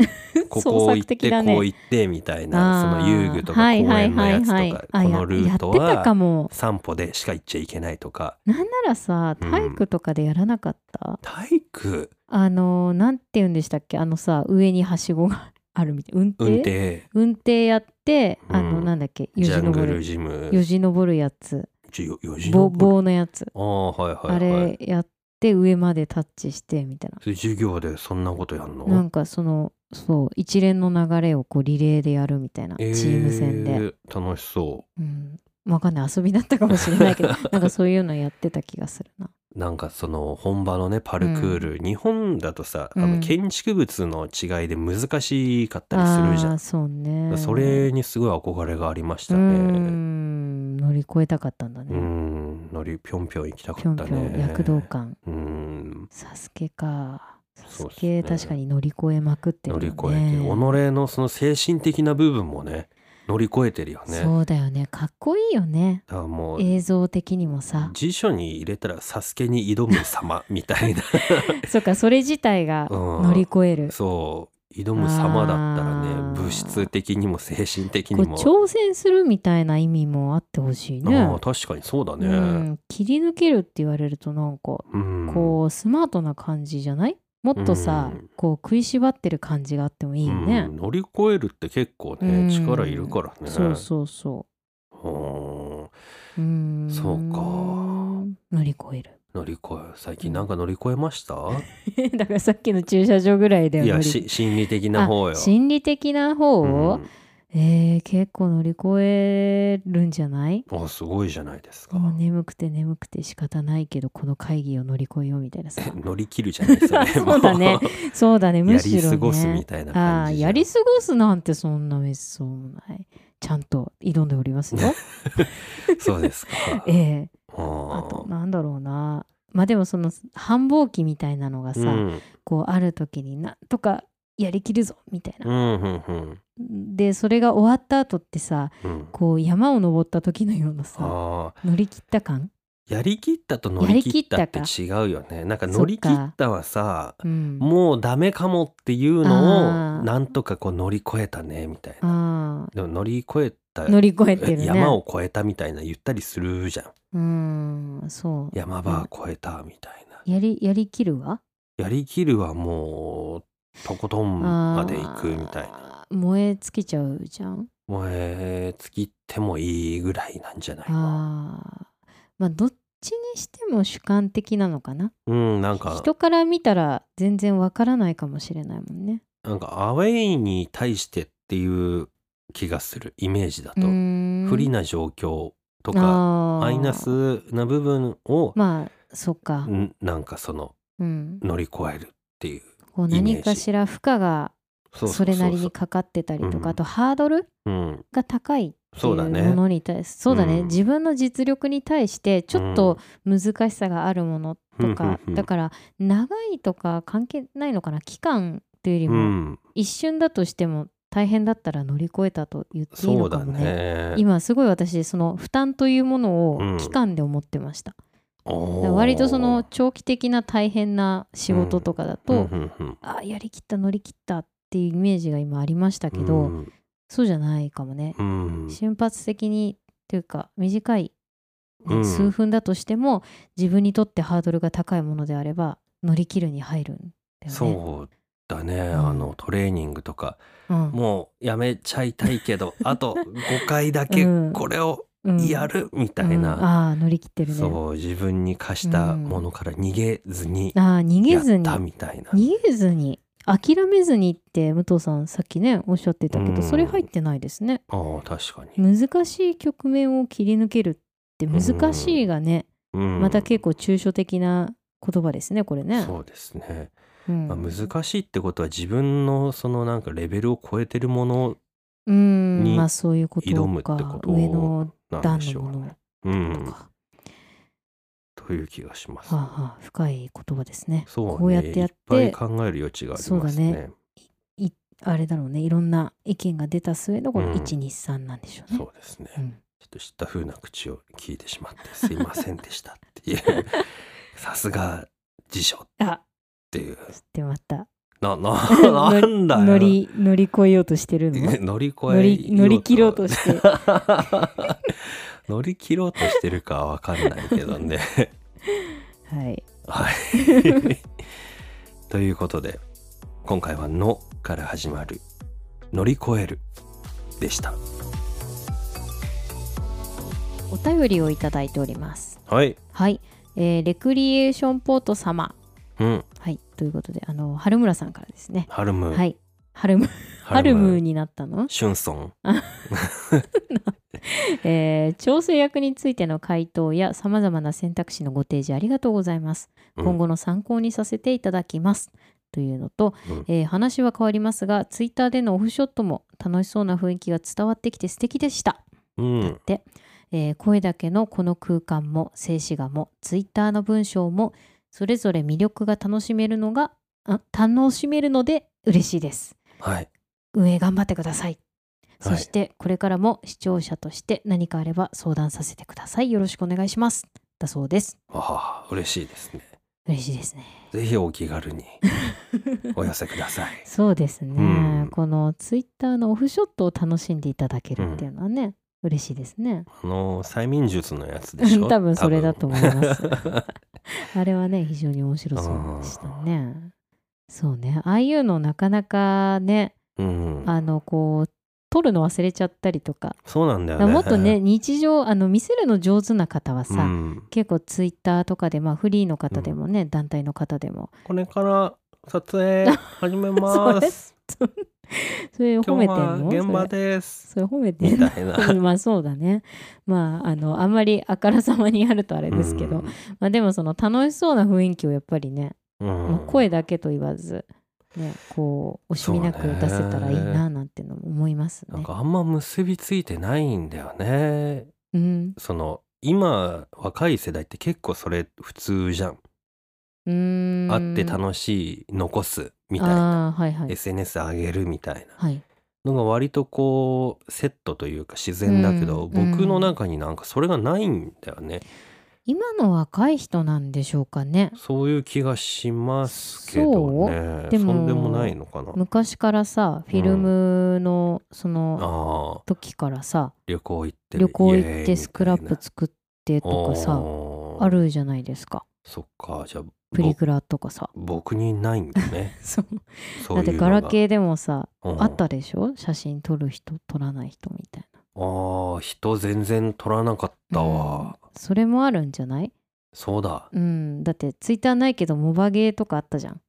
[SPEAKER 1] こ
[SPEAKER 2] 創
[SPEAKER 1] こ
[SPEAKER 2] 作
[SPEAKER 1] 行って、
[SPEAKER 2] 的だね
[SPEAKER 1] こう行ってみたい
[SPEAKER 2] あ
[SPEAKER 1] な
[SPEAKER 2] ー
[SPEAKER 1] その遊具とか公園のやつとか、
[SPEAKER 2] はいはいはいはいあ
[SPEAKER 1] こ
[SPEAKER 2] や
[SPEAKER 1] のルート
[SPEAKER 2] やってたか
[SPEAKER 1] は
[SPEAKER 2] も
[SPEAKER 1] 散歩でしか行っちゃいけないとか
[SPEAKER 2] なんならさ
[SPEAKER 1] うん
[SPEAKER 2] 体育とかでやらなかった、
[SPEAKER 1] 体育
[SPEAKER 2] あのーなんて言うんでしたっけあのさ上にはしごが あるみたいな運転
[SPEAKER 1] 運転
[SPEAKER 2] 運転やってあの、
[SPEAKER 1] うん
[SPEAKER 2] なんだっけよ
[SPEAKER 1] ジ
[SPEAKER 2] じ
[SPEAKER 1] ャング
[SPEAKER 2] 登
[SPEAKER 1] ル
[SPEAKER 2] る
[SPEAKER 1] ジム
[SPEAKER 2] よじ登るやつ
[SPEAKER 1] ちょよよじ
[SPEAKER 2] 棒
[SPEAKER 1] 登る
[SPEAKER 2] 棒のやつ、
[SPEAKER 1] ああはいはいはい
[SPEAKER 2] あれやって上までタッチしてみたいな
[SPEAKER 1] それ授業でそんなことやんの
[SPEAKER 2] なんかそのそう一連の流れをこうリレーでやるみたいな、
[SPEAKER 1] えー
[SPEAKER 2] チーム戦で、
[SPEAKER 1] 楽しそ
[SPEAKER 2] うん、わかんない遊びだったかもしれない けどなんかそういうのやってた気がするな
[SPEAKER 1] うなんかその本場のねパルクール、日本だとさあ
[SPEAKER 2] うん
[SPEAKER 1] の建築物の違いで難しかったりするじ
[SPEAKER 2] あ
[SPEAKER 1] ゃ
[SPEAKER 2] あ
[SPEAKER 1] ん、
[SPEAKER 2] そうね
[SPEAKER 1] それにすごい憧れがありました
[SPEAKER 2] うー
[SPEAKER 1] ね
[SPEAKER 2] ん乗り越えたかったんだ
[SPEAKER 1] う
[SPEAKER 2] ね
[SPEAKER 1] んのりぴょんぴょん行きた
[SPEAKER 2] ぴょ
[SPEAKER 1] か
[SPEAKER 2] ん
[SPEAKER 1] った
[SPEAKER 2] ぴ
[SPEAKER 1] ね
[SPEAKER 2] ょん躍動感
[SPEAKER 1] うん
[SPEAKER 2] サスケかサ
[SPEAKER 1] そう
[SPEAKER 2] ス
[SPEAKER 1] っす
[SPEAKER 2] ケ、
[SPEAKER 1] ね
[SPEAKER 2] 確かに乗り越えまくってる
[SPEAKER 1] 乗
[SPEAKER 2] よね
[SPEAKER 1] り越えてる己のその精神的な部分もね乗り越えてるよねだか
[SPEAKER 2] そうだよねかっこいいよね
[SPEAKER 1] らもう
[SPEAKER 2] 映像的にもさ
[SPEAKER 1] 辞書に入れたら「サスケに挑む様」み たいな
[SPEAKER 2] そっかそれ自体が
[SPEAKER 1] うん
[SPEAKER 2] 乗り越える、
[SPEAKER 1] そう挑む様だったら
[SPEAKER 2] あ
[SPEAKER 1] ね
[SPEAKER 2] ー
[SPEAKER 1] 物質的にも精神的
[SPEAKER 2] こ
[SPEAKER 1] に
[SPEAKER 2] う
[SPEAKER 1] も
[SPEAKER 2] 挑戦するみたいな意味もあってほしいね
[SPEAKER 1] あー確かにそうだ
[SPEAKER 2] う
[SPEAKER 1] ね、
[SPEAKER 2] ん、切り抜けるって言われるとなんか
[SPEAKER 1] うん
[SPEAKER 2] こうスマートな感じじゃないもっとさ、
[SPEAKER 1] うん
[SPEAKER 2] こう食いしばってる感じがあってもいいよね
[SPEAKER 1] う、ん乗り越えるって結構ね、
[SPEAKER 2] うん
[SPEAKER 1] 力いるからね
[SPEAKER 2] そうそうそう
[SPEAKER 1] ー
[SPEAKER 2] う
[SPEAKER 1] ん
[SPEAKER 2] うーん
[SPEAKER 1] そうか
[SPEAKER 2] 乗り越える
[SPEAKER 1] 乗り越え最近なんか乗り越えました、
[SPEAKER 2] だからさっきの駐車場ぐらいだよ
[SPEAKER 1] いや
[SPEAKER 2] 乗り
[SPEAKER 1] し心理的な方よ
[SPEAKER 2] あ心理的な方
[SPEAKER 1] う
[SPEAKER 2] を、
[SPEAKER 1] ん
[SPEAKER 2] えー結構乗り越えるんじゃない
[SPEAKER 1] あすごいじゃないですか、
[SPEAKER 2] もう眠くて眠くて仕方ないけどこの会議を乗り越えようみたいな さ
[SPEAKER 1] 乗り切るじゃないですか
[SPEAKER 2] そうだねそうだねむ
[SPEAKER 1] や
[SPEAKER 2] しろ、ね、
[SPEAKER 1] り過ごすみたいな
[SPEAKER 2] あ
[SPEAKER 1] 感
[SPEAKER 2] あ
[SPEAKER 1] じ
[SPEAKER 2] ー
[SPEAKER 1] じゃん
[SPEAKER 2] やり過ごすなんてそんなめっそうもないちゃんと挑んでおりますよ
[SPEAKER 1] そうですか
[SPEAKER 2] ええ
[SPEAKER 1] あー
[SPEAKER 2] あとなんだろうなまあでもその繁忙期みたいなのがさ、
[SPEAKER 1] うん
[SPEAKER 2] こうある時になんとかやりきるぞみたいな、
[SPEAKER 1] うんうんうん
[SPEAKER 2] でそれが終わった後ってさ
[SPEAKER 1] うん
[SPEAKER 2] こう山を登った時のようなさ
[SPEAKER 1] あ
[SPEAKER 2] 乗り切った感、
[SPEAKER 1] ーやりきったと乗り切ったって違うよねなんか乗り切ったはさ
[SPEAKER 2] うん、
[SPEAKER 1] もうダメかもっていう
[SPEAKER 2] あ
[SPEAKER 1] の
[SPEAKER 2] ー
[SPEAKER 1] をなんとかこう乗り越えたねみたいな
[SPEAKER 2] あ
[SPEAKER 1] でも乗り越えた
[SPEAKER 2] ー乗り越えてるね
[SPEAKER 1] 山を越えたみたいな言ったりするじゃん
[SPEAKER 2] うんそう
[SPEAKER 1] 山場越えたみたいな、
[SPEAKER 2] やりやりきるわ
[SPEAKER 1] やりきるはもうとことんまで行くみたいな
[SPEAKER 2] な燃え尽きちゃうじゃん
[SPEAKER 1] もうえー、尽きてもいいぐらいなんじゃないの
[SPEAKER 2] あーまあどっちにしても主観的なのかな
[SPEAKER 1] うんなんか
[SPEAKER 2] 人から見たら全然わからないかもしれないもんね
[SPEAKER 1] なんかアウェイに対してっていう気がするイメージだと、不
[SPEAKER 2] 不
[SPEAKER 1] 利な状況とか
[SPEAKER 2] マ
[SPEAKER 1] マイナスな部分を、
[SPEAKER 2] まあそっか、
[SPEAKER 1] んなんかその
[SPEAKER 2] うん、
[SPEAKER 1] 乗り越えるっていう
[SPEAKER 2] こう
[SPEAKER 1] イメージ
[SPEAKER 2] 何かしら負荷が
[SPEAKER 1] そう
[SPEAKER 2] それなりに
[SPEAKER 1] う
[SPEAKER 2] かかってたりと
[SPEAKER 1] うん
[SPEAKER 2] かあとハードル
[SPEAKER 1] そううん
[SPEAKER 2] が高いってい
[SPEAKER 1] そううだね
[SPEAKER 2] ものに対してそうだね
[SPEAKER 1] うん
[SPEAKER 2] 自分の実力に対してちょっと難しさがあるものとか、
[SPEAKER 1] うん
[SPEAKER 2] だから長いとか関係ないのかな期間というより
[SPEAKER 1] う
[SPEAKER 2] も、
[SPEAKER 1] ん
[SPEAKER 2] 一瞬だとしても大変だったら乗り越えたと言っていい
[SPEAKER 1] そ
[SPEAKER 2] の
[SPEAKER 1] う
[SPEAKER 2] か
[SPEAKER 1] だ
[SPEAKER 2] もね
[SPEAKER 1] ね
[SPEAKER 2] 今すごい私その負担というもの
[SPEAKER 1] う
[SPEAKER 2] を
[SPEAKER 1] ん
[SPEAKER 2] 期間で思ってました、だ
[SPEAKER 1] お
[SPEAKER 2] か
[SPEAKER 1] ー
[SPEAKER 2] ら割とその長期的な大変な仕事とかだと、
[SPEAKER 1] うんうんうん
[SPEAKER 2] あやりきった乗り切ったっていうイメージが今ありましたけど、
[SPEAKER 1] うん
[SPEAKER 2] そうじゃないかもね、
[SPEAKER 1] うん
[SPEAKER 2] 瞬発的にというか短い、ね
[SPEAKER 1] うん
[SPEAKER 2] 数分だとしても自分にとってハードルが高いものであれば乗り切るに入るんだよね。
[SPEAKER 1] そうだね、
[SPEAKER 2] ん
[SPEAKER 1] あのトレーニングとか
[SPEAKER 2] うん
[SPEAKER 1] もうやめちゃいたいけ どあと5回だけ
[SPEAKER 2] うん
[SPEAKER 1] これを
[SPEAKER 2] うん
[SPEAKER 1] やるみたい
[SPEAKER 2] うん
[SPEAKER 1] な、
[SPEAKER 2] ああ乗り切ってるね
[SPEAKER 1] そう自分に課したものから逃げずに
[SPEAKER 2] ああ逃
[SPEAKER 1] や
[SPEAKER 2] げず
[SPEAKER 1] っ
[SPEAKER 2] に
[SPEAKER 1] た
[SPEAKER 2] 逃
[SPEAKER 1] みたいな、
[SPEAKER 2] げずに諦めずにって武藤さんさっきねおっしゃってたけど、
[SPEAKER 1] うん
[SPEAKER 2] それ入ってないですね
[SPEAKER 1] ああ確かに、
[SPEAKER 2] 難しい局面を切り抜けるって難しいがね、
[SPEAKER 1] うん
[SPEAKER 2] また結構抽象的な言葉ですねこれね
[SPEAKER 1] そうですね、
[SPEAKER 2] うん
[SPEAKER 1] まあ、難しいってことは自分のそのなんかレベルを超えてるもの
[SPEAKER 2] うん
[SPEAKER 1] に
[SPEAKER 2] まあそういうことか
[SPEAKER 1] 挑むってこと
[SPEAKER 2] 上の
[SPEAKER 1] なん
[SPEAKER 2] 段
[SPEAKER 1] でし
[SPEAKER 2] の
[SPEAKER 1] ょう
[SPEAKER 2] も
[SPEAKER 1] ね。
[SPEAKER 2] の
[SPEAKER 1] うん
[SPEAKER 2] とか、
[SPEAKER 1] という気がします。
[SPEAKER 2] はあはあ、深い言葉ですね
[SPEAKER 1] そうね
[SPEAKER 2] こうやってやっ
[SPEAKER 1] いってぱい考える余地があり
[SPEAKER 2] そうだ
[SPEAKER 1] ますね。
[SPEAKER 2] ねあれだろうねいろんな意見が出た末のこの123なんでしょうね。
[SPEAKER 1] そうですね。
[SPEAKER 2] うん
[SPEAKER 1] ちょっと知った風な口を聞いてしまってすいませんでしたって いうさすが辞書っ
[SPEAKER 2] あ
[SPEAKER 1] ていう
[SPEAKER 2] ちょっとまた
[SPEAKER 1] な ななんだよ
[SPEAKER 2] 乗り乗り越えようとしてるの
[SPEAKER 1] 乗り越え
[SPEAKER 2] 乗り乗り切ろうとして
[SPEAKER 1] 乗り切ろうとしてるかわかんないけどね
[SPEAKER 2] はい
[SPEAKER 1] はい ということで今回は「の」から始まる「乗り越える」でした
[SPEAKER 2] お便りをいただいております
[SPEAKER 1] はい
[SPEAKER 2] はい、えーレクリエーションポート様
[SPEAKER 1] うん
[SPEAKER 2] はいということであの春村さんからですね、
[SPEAKER 1] ハルム、
[SPEAKER 2] はい春む
[SPEAKER 1] ハ
[SPEAKER 2] 春
[SPEAKER 1] ル
[SPEAKER 2] ム
[SPEAKER 1] ム
[SPEAKER 2] になったの、
[SPEAKER 1] シュンソン
[SPEAKER 2] えー調整役についての回答やさまざまな選択肢のご提示ありがとうございます
[SPEAKER 1] うん
[SPEAKER 2] 今後の参考にさせていただきます、というのと、
[SPEAKER 1] うん
[SPEAKER 2] えー話は変わりますがツイッターでのオフショットも楽しそうな雰囲気が伝わってきて素敵でした、
[SPEAKER 1] うん
[SPEAKER 2] で、えー声だけのこの空間も静止画もツイッターの文章もそれぞれ魅力が楽しめるのがあ楽しめるので嬉しいです
[SPEAKER 1] はい
[SPEAKER 2] 運営頑張ってください
[SPEAKER 1] は
[SPEAKER 2] そ
[SPEAKER 1] い
[SPEAKER 2] してこれからも視聴者として何かあれば相談させてくださいよろしくお願いしますだそうです
[SPEAKER 1] ああ嬉しいですね
[SPEAKER 2] 嬉しいですね
[SPEAKER 1] ぜひお気軽 にお寄せください。
[SPEAKER 2] そうですね、
[SPEAKER 1] うん
[SPEAKER 2] このツイッターのオフショットを楽しんでいただけるっていうのはね、嬉しいですね
[SPEAKER 1] あの催眠術のやつでし ょ。
[SPEAKER 2] 多分それだと思います
[SPEAKER 1] 多分
[SPEAKER 2] あれはね非常に面白そうでしたねそうねああいうのなかなかね
[SPEAKER 1] うん、
[SPEAKER 2] あのこう撮るの忘れちゃったりとか
[SPEAKER 1] そうなんだよね。
[SPEAKER 2] もっとね日常あの見せるの上手な方は
[SPEAKER 1] う
[SPEAKER 2] さ、
[SPEAKER 1] ん、
[SPEAKER 2] 結構ツイッターとかで、まあ、フリーの方でもね、団体の方でも
[SPEAKER 1] これから撮影始 めます。
[SPEAKER 2] それ褒
[SPEAKER 1] 今
[SPEAKER 2] め
[SPEAKER 1] 日
[SPEAKER 2] てん
[SPEAKER 1] は
[SPEAKER 2] の
[SPEAKER 1] 現場
[SPEAKER 2] それ
[SPEAKER 1] です。
[SPEAKER 2] それ褒めてん
[SPEAKER 1] み
[SPEAKER 2] の
[SPEAKER 1] たいな。
[SPEAKER 2] まあ そうだねまああのあんまりあからさまにやるとあれですけど、まあ、でもその楽しそうな雰囲気をやっぱりね、
[SPEAKER 1] うん、
[SPEAKER 2] まあ声だけと言わず、ね、こう惜しみなく
[SPEAKER 1] そうね
[SPEAKER 2] 出せたらいいななんてのも思います
[SPEAKER 1] なん
[SPEAKER 2] ね。
[SPEAKER 1] かあんま結びついてないんだよね。
[SPEAKER 2] うん
[SPEAKER 1] その今若い世代って結構それ普通じゃん。
[SPEAKER 2] うーん
[SPEAKER 1] 会って楽しい残すみたいな。
[SPEAKER 2] あーはいはい
[SPEAKER 1] SNS 上げるみたいな。
[SPEAKER 2] はい
[SPEAKER 1] のが割とこうセットというか自然だけど、
[SPEAKER 2] うん
[SPEAKER 1] 僕の中になんかそれがないんだよね、
[SPEAKER 2] 今の若い人なんでしょうかね
[SPEAKER 1] そういう気がしますけどね
[SPEAKER 2] う
[SPEAKER 1] そ
[SPEAKER 2] でも
[SPEAKER 1] んでもないのかな
[SPEAKER 2] 昔からさフィルムのその
[SPEAKER 1] ああ
[SPEAKER 2] 時からさ、
[SPEAKER 1] 旅行行って
[SPEAKER 2] 旅行行
[SPEAKER 1] イエ
[SPEAKER 2] っ
[SPEAKER 1] ーイみたい
[SPEAKER 2] て
[SPEAKER 1] な
[SPEAKER 2] スクラップ作ってとかさ
[SPEAKER 1] おー
[SPEAKER 2] あるじゃないですか
[SPEAKER 1] そっかじゃあ
[SPEAKER 2] プリクラとかさ。
[SPEAKER 1] ぼ僕にないんだ ね
[SPEAKER 2] そう
[SPEAKER 1] そう
[SPEAKER 2] だ
[SPEAKER 1] い
[SPEAKER 2] って
[SPEAKER 1] うのが
[SPEAKER 2] ガラケーでもさ、
[SPEAKER 1] うん
[SPEAKER 2] あったでしょ写真撮る人撮らない人みたい
[SPEAKER 1] ああ人全然取らなかっ
[SPEAKER 2] な
[SPEAKER 1] たわ、
[SPEAKER 2] うんそれもあるんじゃない
[SPEAKER 1] そうだ
[SPEAKER 2] うんだってツイッターないけどモバゲーとかあったじゃ ん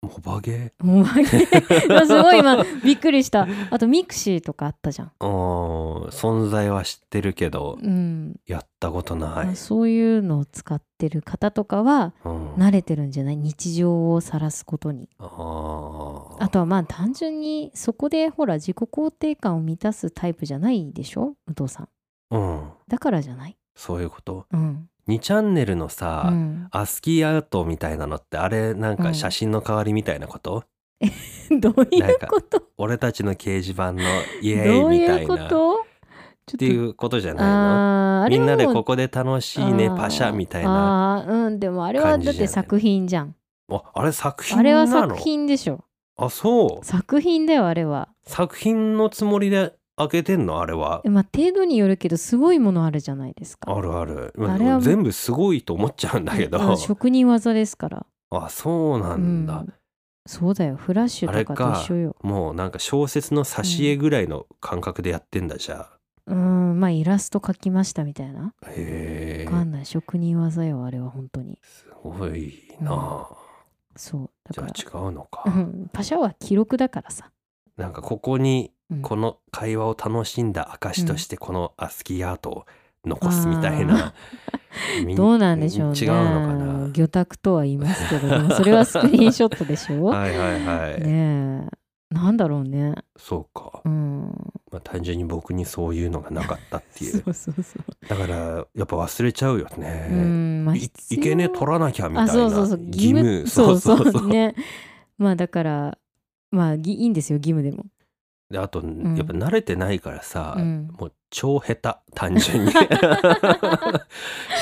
[SPEAKER 1] モバゲ
[SPEAKER 2] モバゲーすごい今びっくりしたあとミクシーとかあったじゃん、
[SPEAKER 1] ーうん存在は知ってるけど
[SPEAKER 2] うん
[SPEAKER 1] やったことな
[SPEAKER 2] まあ
[SPEAKER 1] い、
[SPEAKER 2] そういうのを使ってる方とかは
[SPEAKER 1] うん、
[SPEAKER 2] 慣れてるんじゃない日常を晒すことに
[SPEAKER 1] あー
[SPEAKER 2] あとはまあ単純にそこでほら自己肯定感を満たすタイプじゃないでしょ武藤さん
[SPEAKER 1] うん
[SPEAKER 2] だからじゃない
[SPEAKER 1] そういうこと
[SPEAKER 2] うん、
[SPEAKER 1] 2チャンネルの
[SPEAKER 2] う
[SPEAKER 1] さ、
[SPEAKER 2] ん、
[SPEAKER 1] アスキーアートみたいなのってあれなん
[SPEAKER 2] う
[SPEAKER 1] か
[SPEAKER 2] ん
[SPEAKER 1] 写真の代わりみたいなこと、
[SPEAKER 2] どう い
[SPEAKER 1] なん
[SPEAKER 2] う
[SPEAKER 1] か
[SPEAKER 2] こと
[SPEAKER 1] 俺たちの掲示板のイエ
[SPEAKER 2] ど
[SPEAKER 1] ー
[SPEAKER 2] う
[SPEAKER 1] イみた
[SPEAKER 2] いう
[SPEAKER 1] い
[SPEAKER 2] こ
[SPEAKER 1] な
[SPEAKER 2] とちょっ
[SPEAKER 1] っていうことじゃない
[SPEAKER 2] あーあ
[SPEAKER 1] の
[SPEAKER 2] れ
[SPEAKER 1] み
[SPEAKER 2] はも
[SPEAKER 1] んな
[SPEAKER 2] う
[SPEAKER 1] でここで楽しいね
[SPEAKER 2] あー
[SPEAKER 1] パシャみたいな
[SPEAKER 2] あーうんでもあれは
[SPEAKER 1] 感
[SPEAKER 2] だ
[SPEAKER 1] じじゃ
[SPEAKER 2] っ
[SPEAKER 1] ない
[SPEAKER 2] て作品じゃん
[SPEAKER 1] ああれ作品
[SPEAKER 2] あれ
[SPEAKER 1] な
[SPEAKER 2] は
[SPEAKER 1] の
[SPEAKER 2] 作品でしょ
[SPEAKER 1] あそう
[SPEAKER 2] 作品だよあれは
[SPEAKER 1] 作品のつもりで開けてんのあれは
[SPEAKER 2] えまあ程度によるけどすごいものあるじゃないですか
[SPEAKER 1] あるある
[SPEAKER 2] あれは
[SPEAKER 1] 全部すごいと思っちゃうんだけ
[SPEAKER 2] う
[SPEAKER 1] ど
[SPEAKER 2] ん職人技ですから
[SPEAKER 1] あそうなんだ、
[SPEAKER 2] うんそうだよフラッシュとかと一緒よ
[SPEAKER 1] もうなんか小説の挿絵ぐらいの感覚でやってんだじゃあ
[SPEAKER 2] うんまあイラスト描きましたみたいな
[SPEAKER 1] へ
[SPEAKER 2] わか
[SPEAKER 1] え
[SPEAKER 2] んない職人技よあれは本当に
[SPEAKER 1] すごいなあ、
[SPEAKER 2] そうだ
[SPEAKER 1] じ
[SPEAKER 2] か
[SPEAKER 1] ゃ
[SPEAKER 2] ら
[SPEAKER 1] あ違うのか、
[SPEAKER 2] うんパシャは記録だからさ、
[SPEAKER 1] なんかここに
[SPEAKER 2] うん
[SPEAKER 1] この会話を楽しんだ証としてこのアスキーアートを残すみたいな、み
[SPEAKER 2] どうなんでしょうね
[SPEAKER 1] 違うの
[SPEAKER 2] 魚拓とは言いますけどでもそれはスクリーンショットでしょ、
[SPEAKER 1] かなはいはいはい、
[SPEAKER 2] ねえなんだろうね
[SPEAKER 1] そうか、
[SPEAKER 2] うん
[SPEAKER 1] まあ、単純に僕にそういうのがなかったってい
[SPEAKER 2] そううそうそう、
[SPEAKER 1] だからやっぱ忘れちゃうよね、
[SPEAKER 2] うんまあ
[SPEAKER 1] い
[SPEAKER 2] 必要
[SPEAKER 1] いけね取らなきゃみたい
[SPEAKER 2] あ
[SPEAKER 1] な
[SPEAKER 2] そうそうそう
[SPEAKER 1] 義務
[SPEAKER 2] そうそう
[SPEAKER 1] そう
[SPEAKER 2] ねまあだからまあぎいいんですよ義務でも、
[SPEAKER 1] であと、
[SPEAKER 2] ん
[SPEAKER 1] やっぱ慣れてないからさ、
[SPEAKER 2] うん
[SPEAKER 1] もう超下手単 純に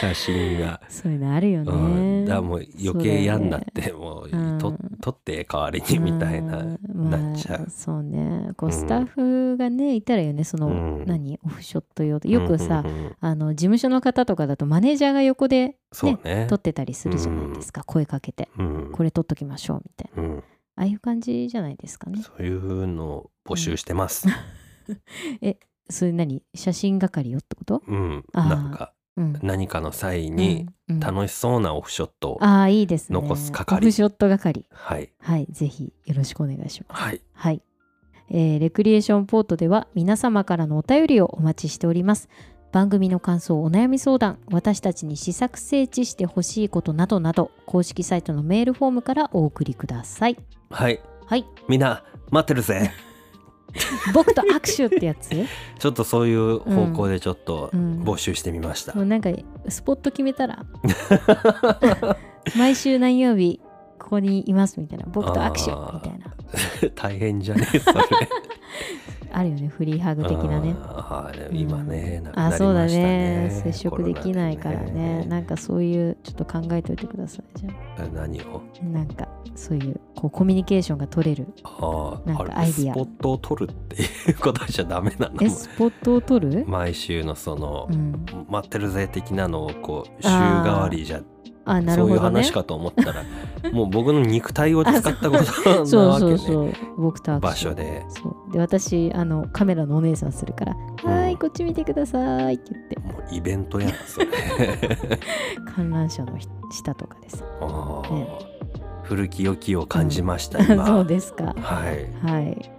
[SPEAKER 1] 写真が、
[SPEAKER 2] そういうのあるよね、
[SPEAKER 1] うん、だからもう
[SPEAKER 2] そ
[SPEAKER 1] 余
[SPEAKER 2] うだよ
[SPEAKER 1] 計
[SPEAKER 2] ね
[SPEAKER 1] 嫌になってもう、
[SPEAKER 2] うん
[SPEAKER 1] と撮って代わりにみたいな、
[SPEAKER 2] うん
[SPEAKER 1] なっちゃう
[SPEAKER 2] まあ、そうねこ
[SPEAKER 1] う
[SPEAKER 2] うんスタッフがねいたらよねその、
[SPEAKER 1] うん
[SPEAKER 2] 何オフショット用でよくさ、
[SPEAKER 1] うんうんうん
[SPEAKER 2] あの事務所の方とかだとマネージャーが横で、ね
[SPEAKER 1] そうね
[SPEAKER 2] 撮ってたりするじゃないですか、声かけて
[SPEAKER 1] うん
[SPEAKER 2] これ撮っときましょうみたいな
[SPEAKER 1] うん、
[SPEAKER 2] ああいう感じじゃないですかね
[SPEAKER 1] そういうのを募集してます、
[SPEAKER 2] それ何写真係よってこと、
[SPEAKER 1] うん
[SPEAKER 2] あー
[SPEAKER 1] なんか
[SPEAKER 2] うん、
[SPEAKER 1] 何かの際に
[SPEAKER 2] うん、うん
[SPEAKER 1] 楽しそうなオフショットを、
[SPEAKER 2] ああいいですね
[SPEAKER 1] 残す係
[SPEAKER 2] オフショット係
[SPEAKER 1] はい
[SPEAKER 2] はいぜひよろしくお願いします
[SPEAKER 1] はい
[SPEAKER 2] はい、えーレクリエーションポートでは皆様からのお便りをお待ちしております番組の感想お悩み相談私たちに試作整地してほしいことなどなど公式サイトのメールフォームからお送りください
[SPEAKER 1] はい
[SPEAKER 2] はい
[SPEAKER 1] みんな待ってる ぜ
[SPEAKER 2] 僕と握手ってやつ
[SPEAKER 1] ちょっとそういう方向でちょっと
[SPEAKER 2] うん
[SPEAKER 1] 募集してみました、
[SPEAKER 2] もうなんかスポット決めたら 毎週何曜日ここにいますみたいな僕と握手みたいな
[SPEAKER 1] 大変じゃねえそれ
[SPEAKER 2] あるよねフリーハグ的なね
[SPEAKER 1] あー今ね、なく
[SPEAKER 2] あ
[SPEAKER 1] なり
[SPEAKER 2] そうだ
[SPEAKER 1] ました
[SPEAKER 2] ね
[SPEAKER 1] ね
[SPEAKER 2] 接触できないからねなんかそういうちょっと考えておいてくださいじゃ
[SPEAKER 1] コロナでね何を
[SPEAKER 2] あなんかそういうこうコミュニケーションが取れる
[SPEAKER 1] あー
[SPEAKER 2] なんか
[SPEAKER 1] あれ
[SPEAKER 2] アイディア
[SPEAKER 1] スポットを取るっていうことじゃダメなの
[SPEAKER 2] えスポットを取る、
[SPEAKER 1] 毎週のその、
[SPEAKER 2] うん、
[SPEAKER 1] 待ってるぜ的なのをこう週
[SPEAKER 2] あー
[SPEAKER 1] 替わりじゃ、
[SPEAKER 2] あなる
[SPEAKER 1] そう
[SPEAKER 2] ほ
[SPEAKER 1] いう
[SPEAKER 2] どね
[SPEAKER 1] 話かと 思ったらもう僕の肉体を使ったことなわけね
[SPEAKER 2] そうそうそう僕と握手
[SPEAKER 1] 場所で
[SPEAKER 2] そうで私あのカメラのお姉さんするから「
[SPEAKER 1] うん
[SPEAKER 2] はーいこっち見てください」って言って
[SPEAKER 1] もうイベントやんそれ
[SPEAKER 2] 観覧車のひ下とかでさ
[SPEAKER 1] あー
[SPEAKER 2] ね
[SPEAKER 1] 古き良きを感じました、今
[SPEAKER 2] そうですか
[SPEAKER 1] はい
[SPEAKER 2] はい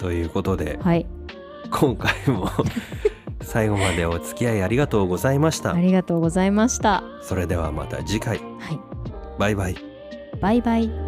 [SPEAKER 1] ということで
[SPEAKER 2] はい
[SPEAKER 1] 今回 も最後までお付き合いありがとうございました
[SPEAKER 2] ありがとうございました
[SPEAKER 1] それではまた次回
[SPEAKER 2] はい
[SPEAKER 1] バイバイ
[SPEAKER 2] バイバイ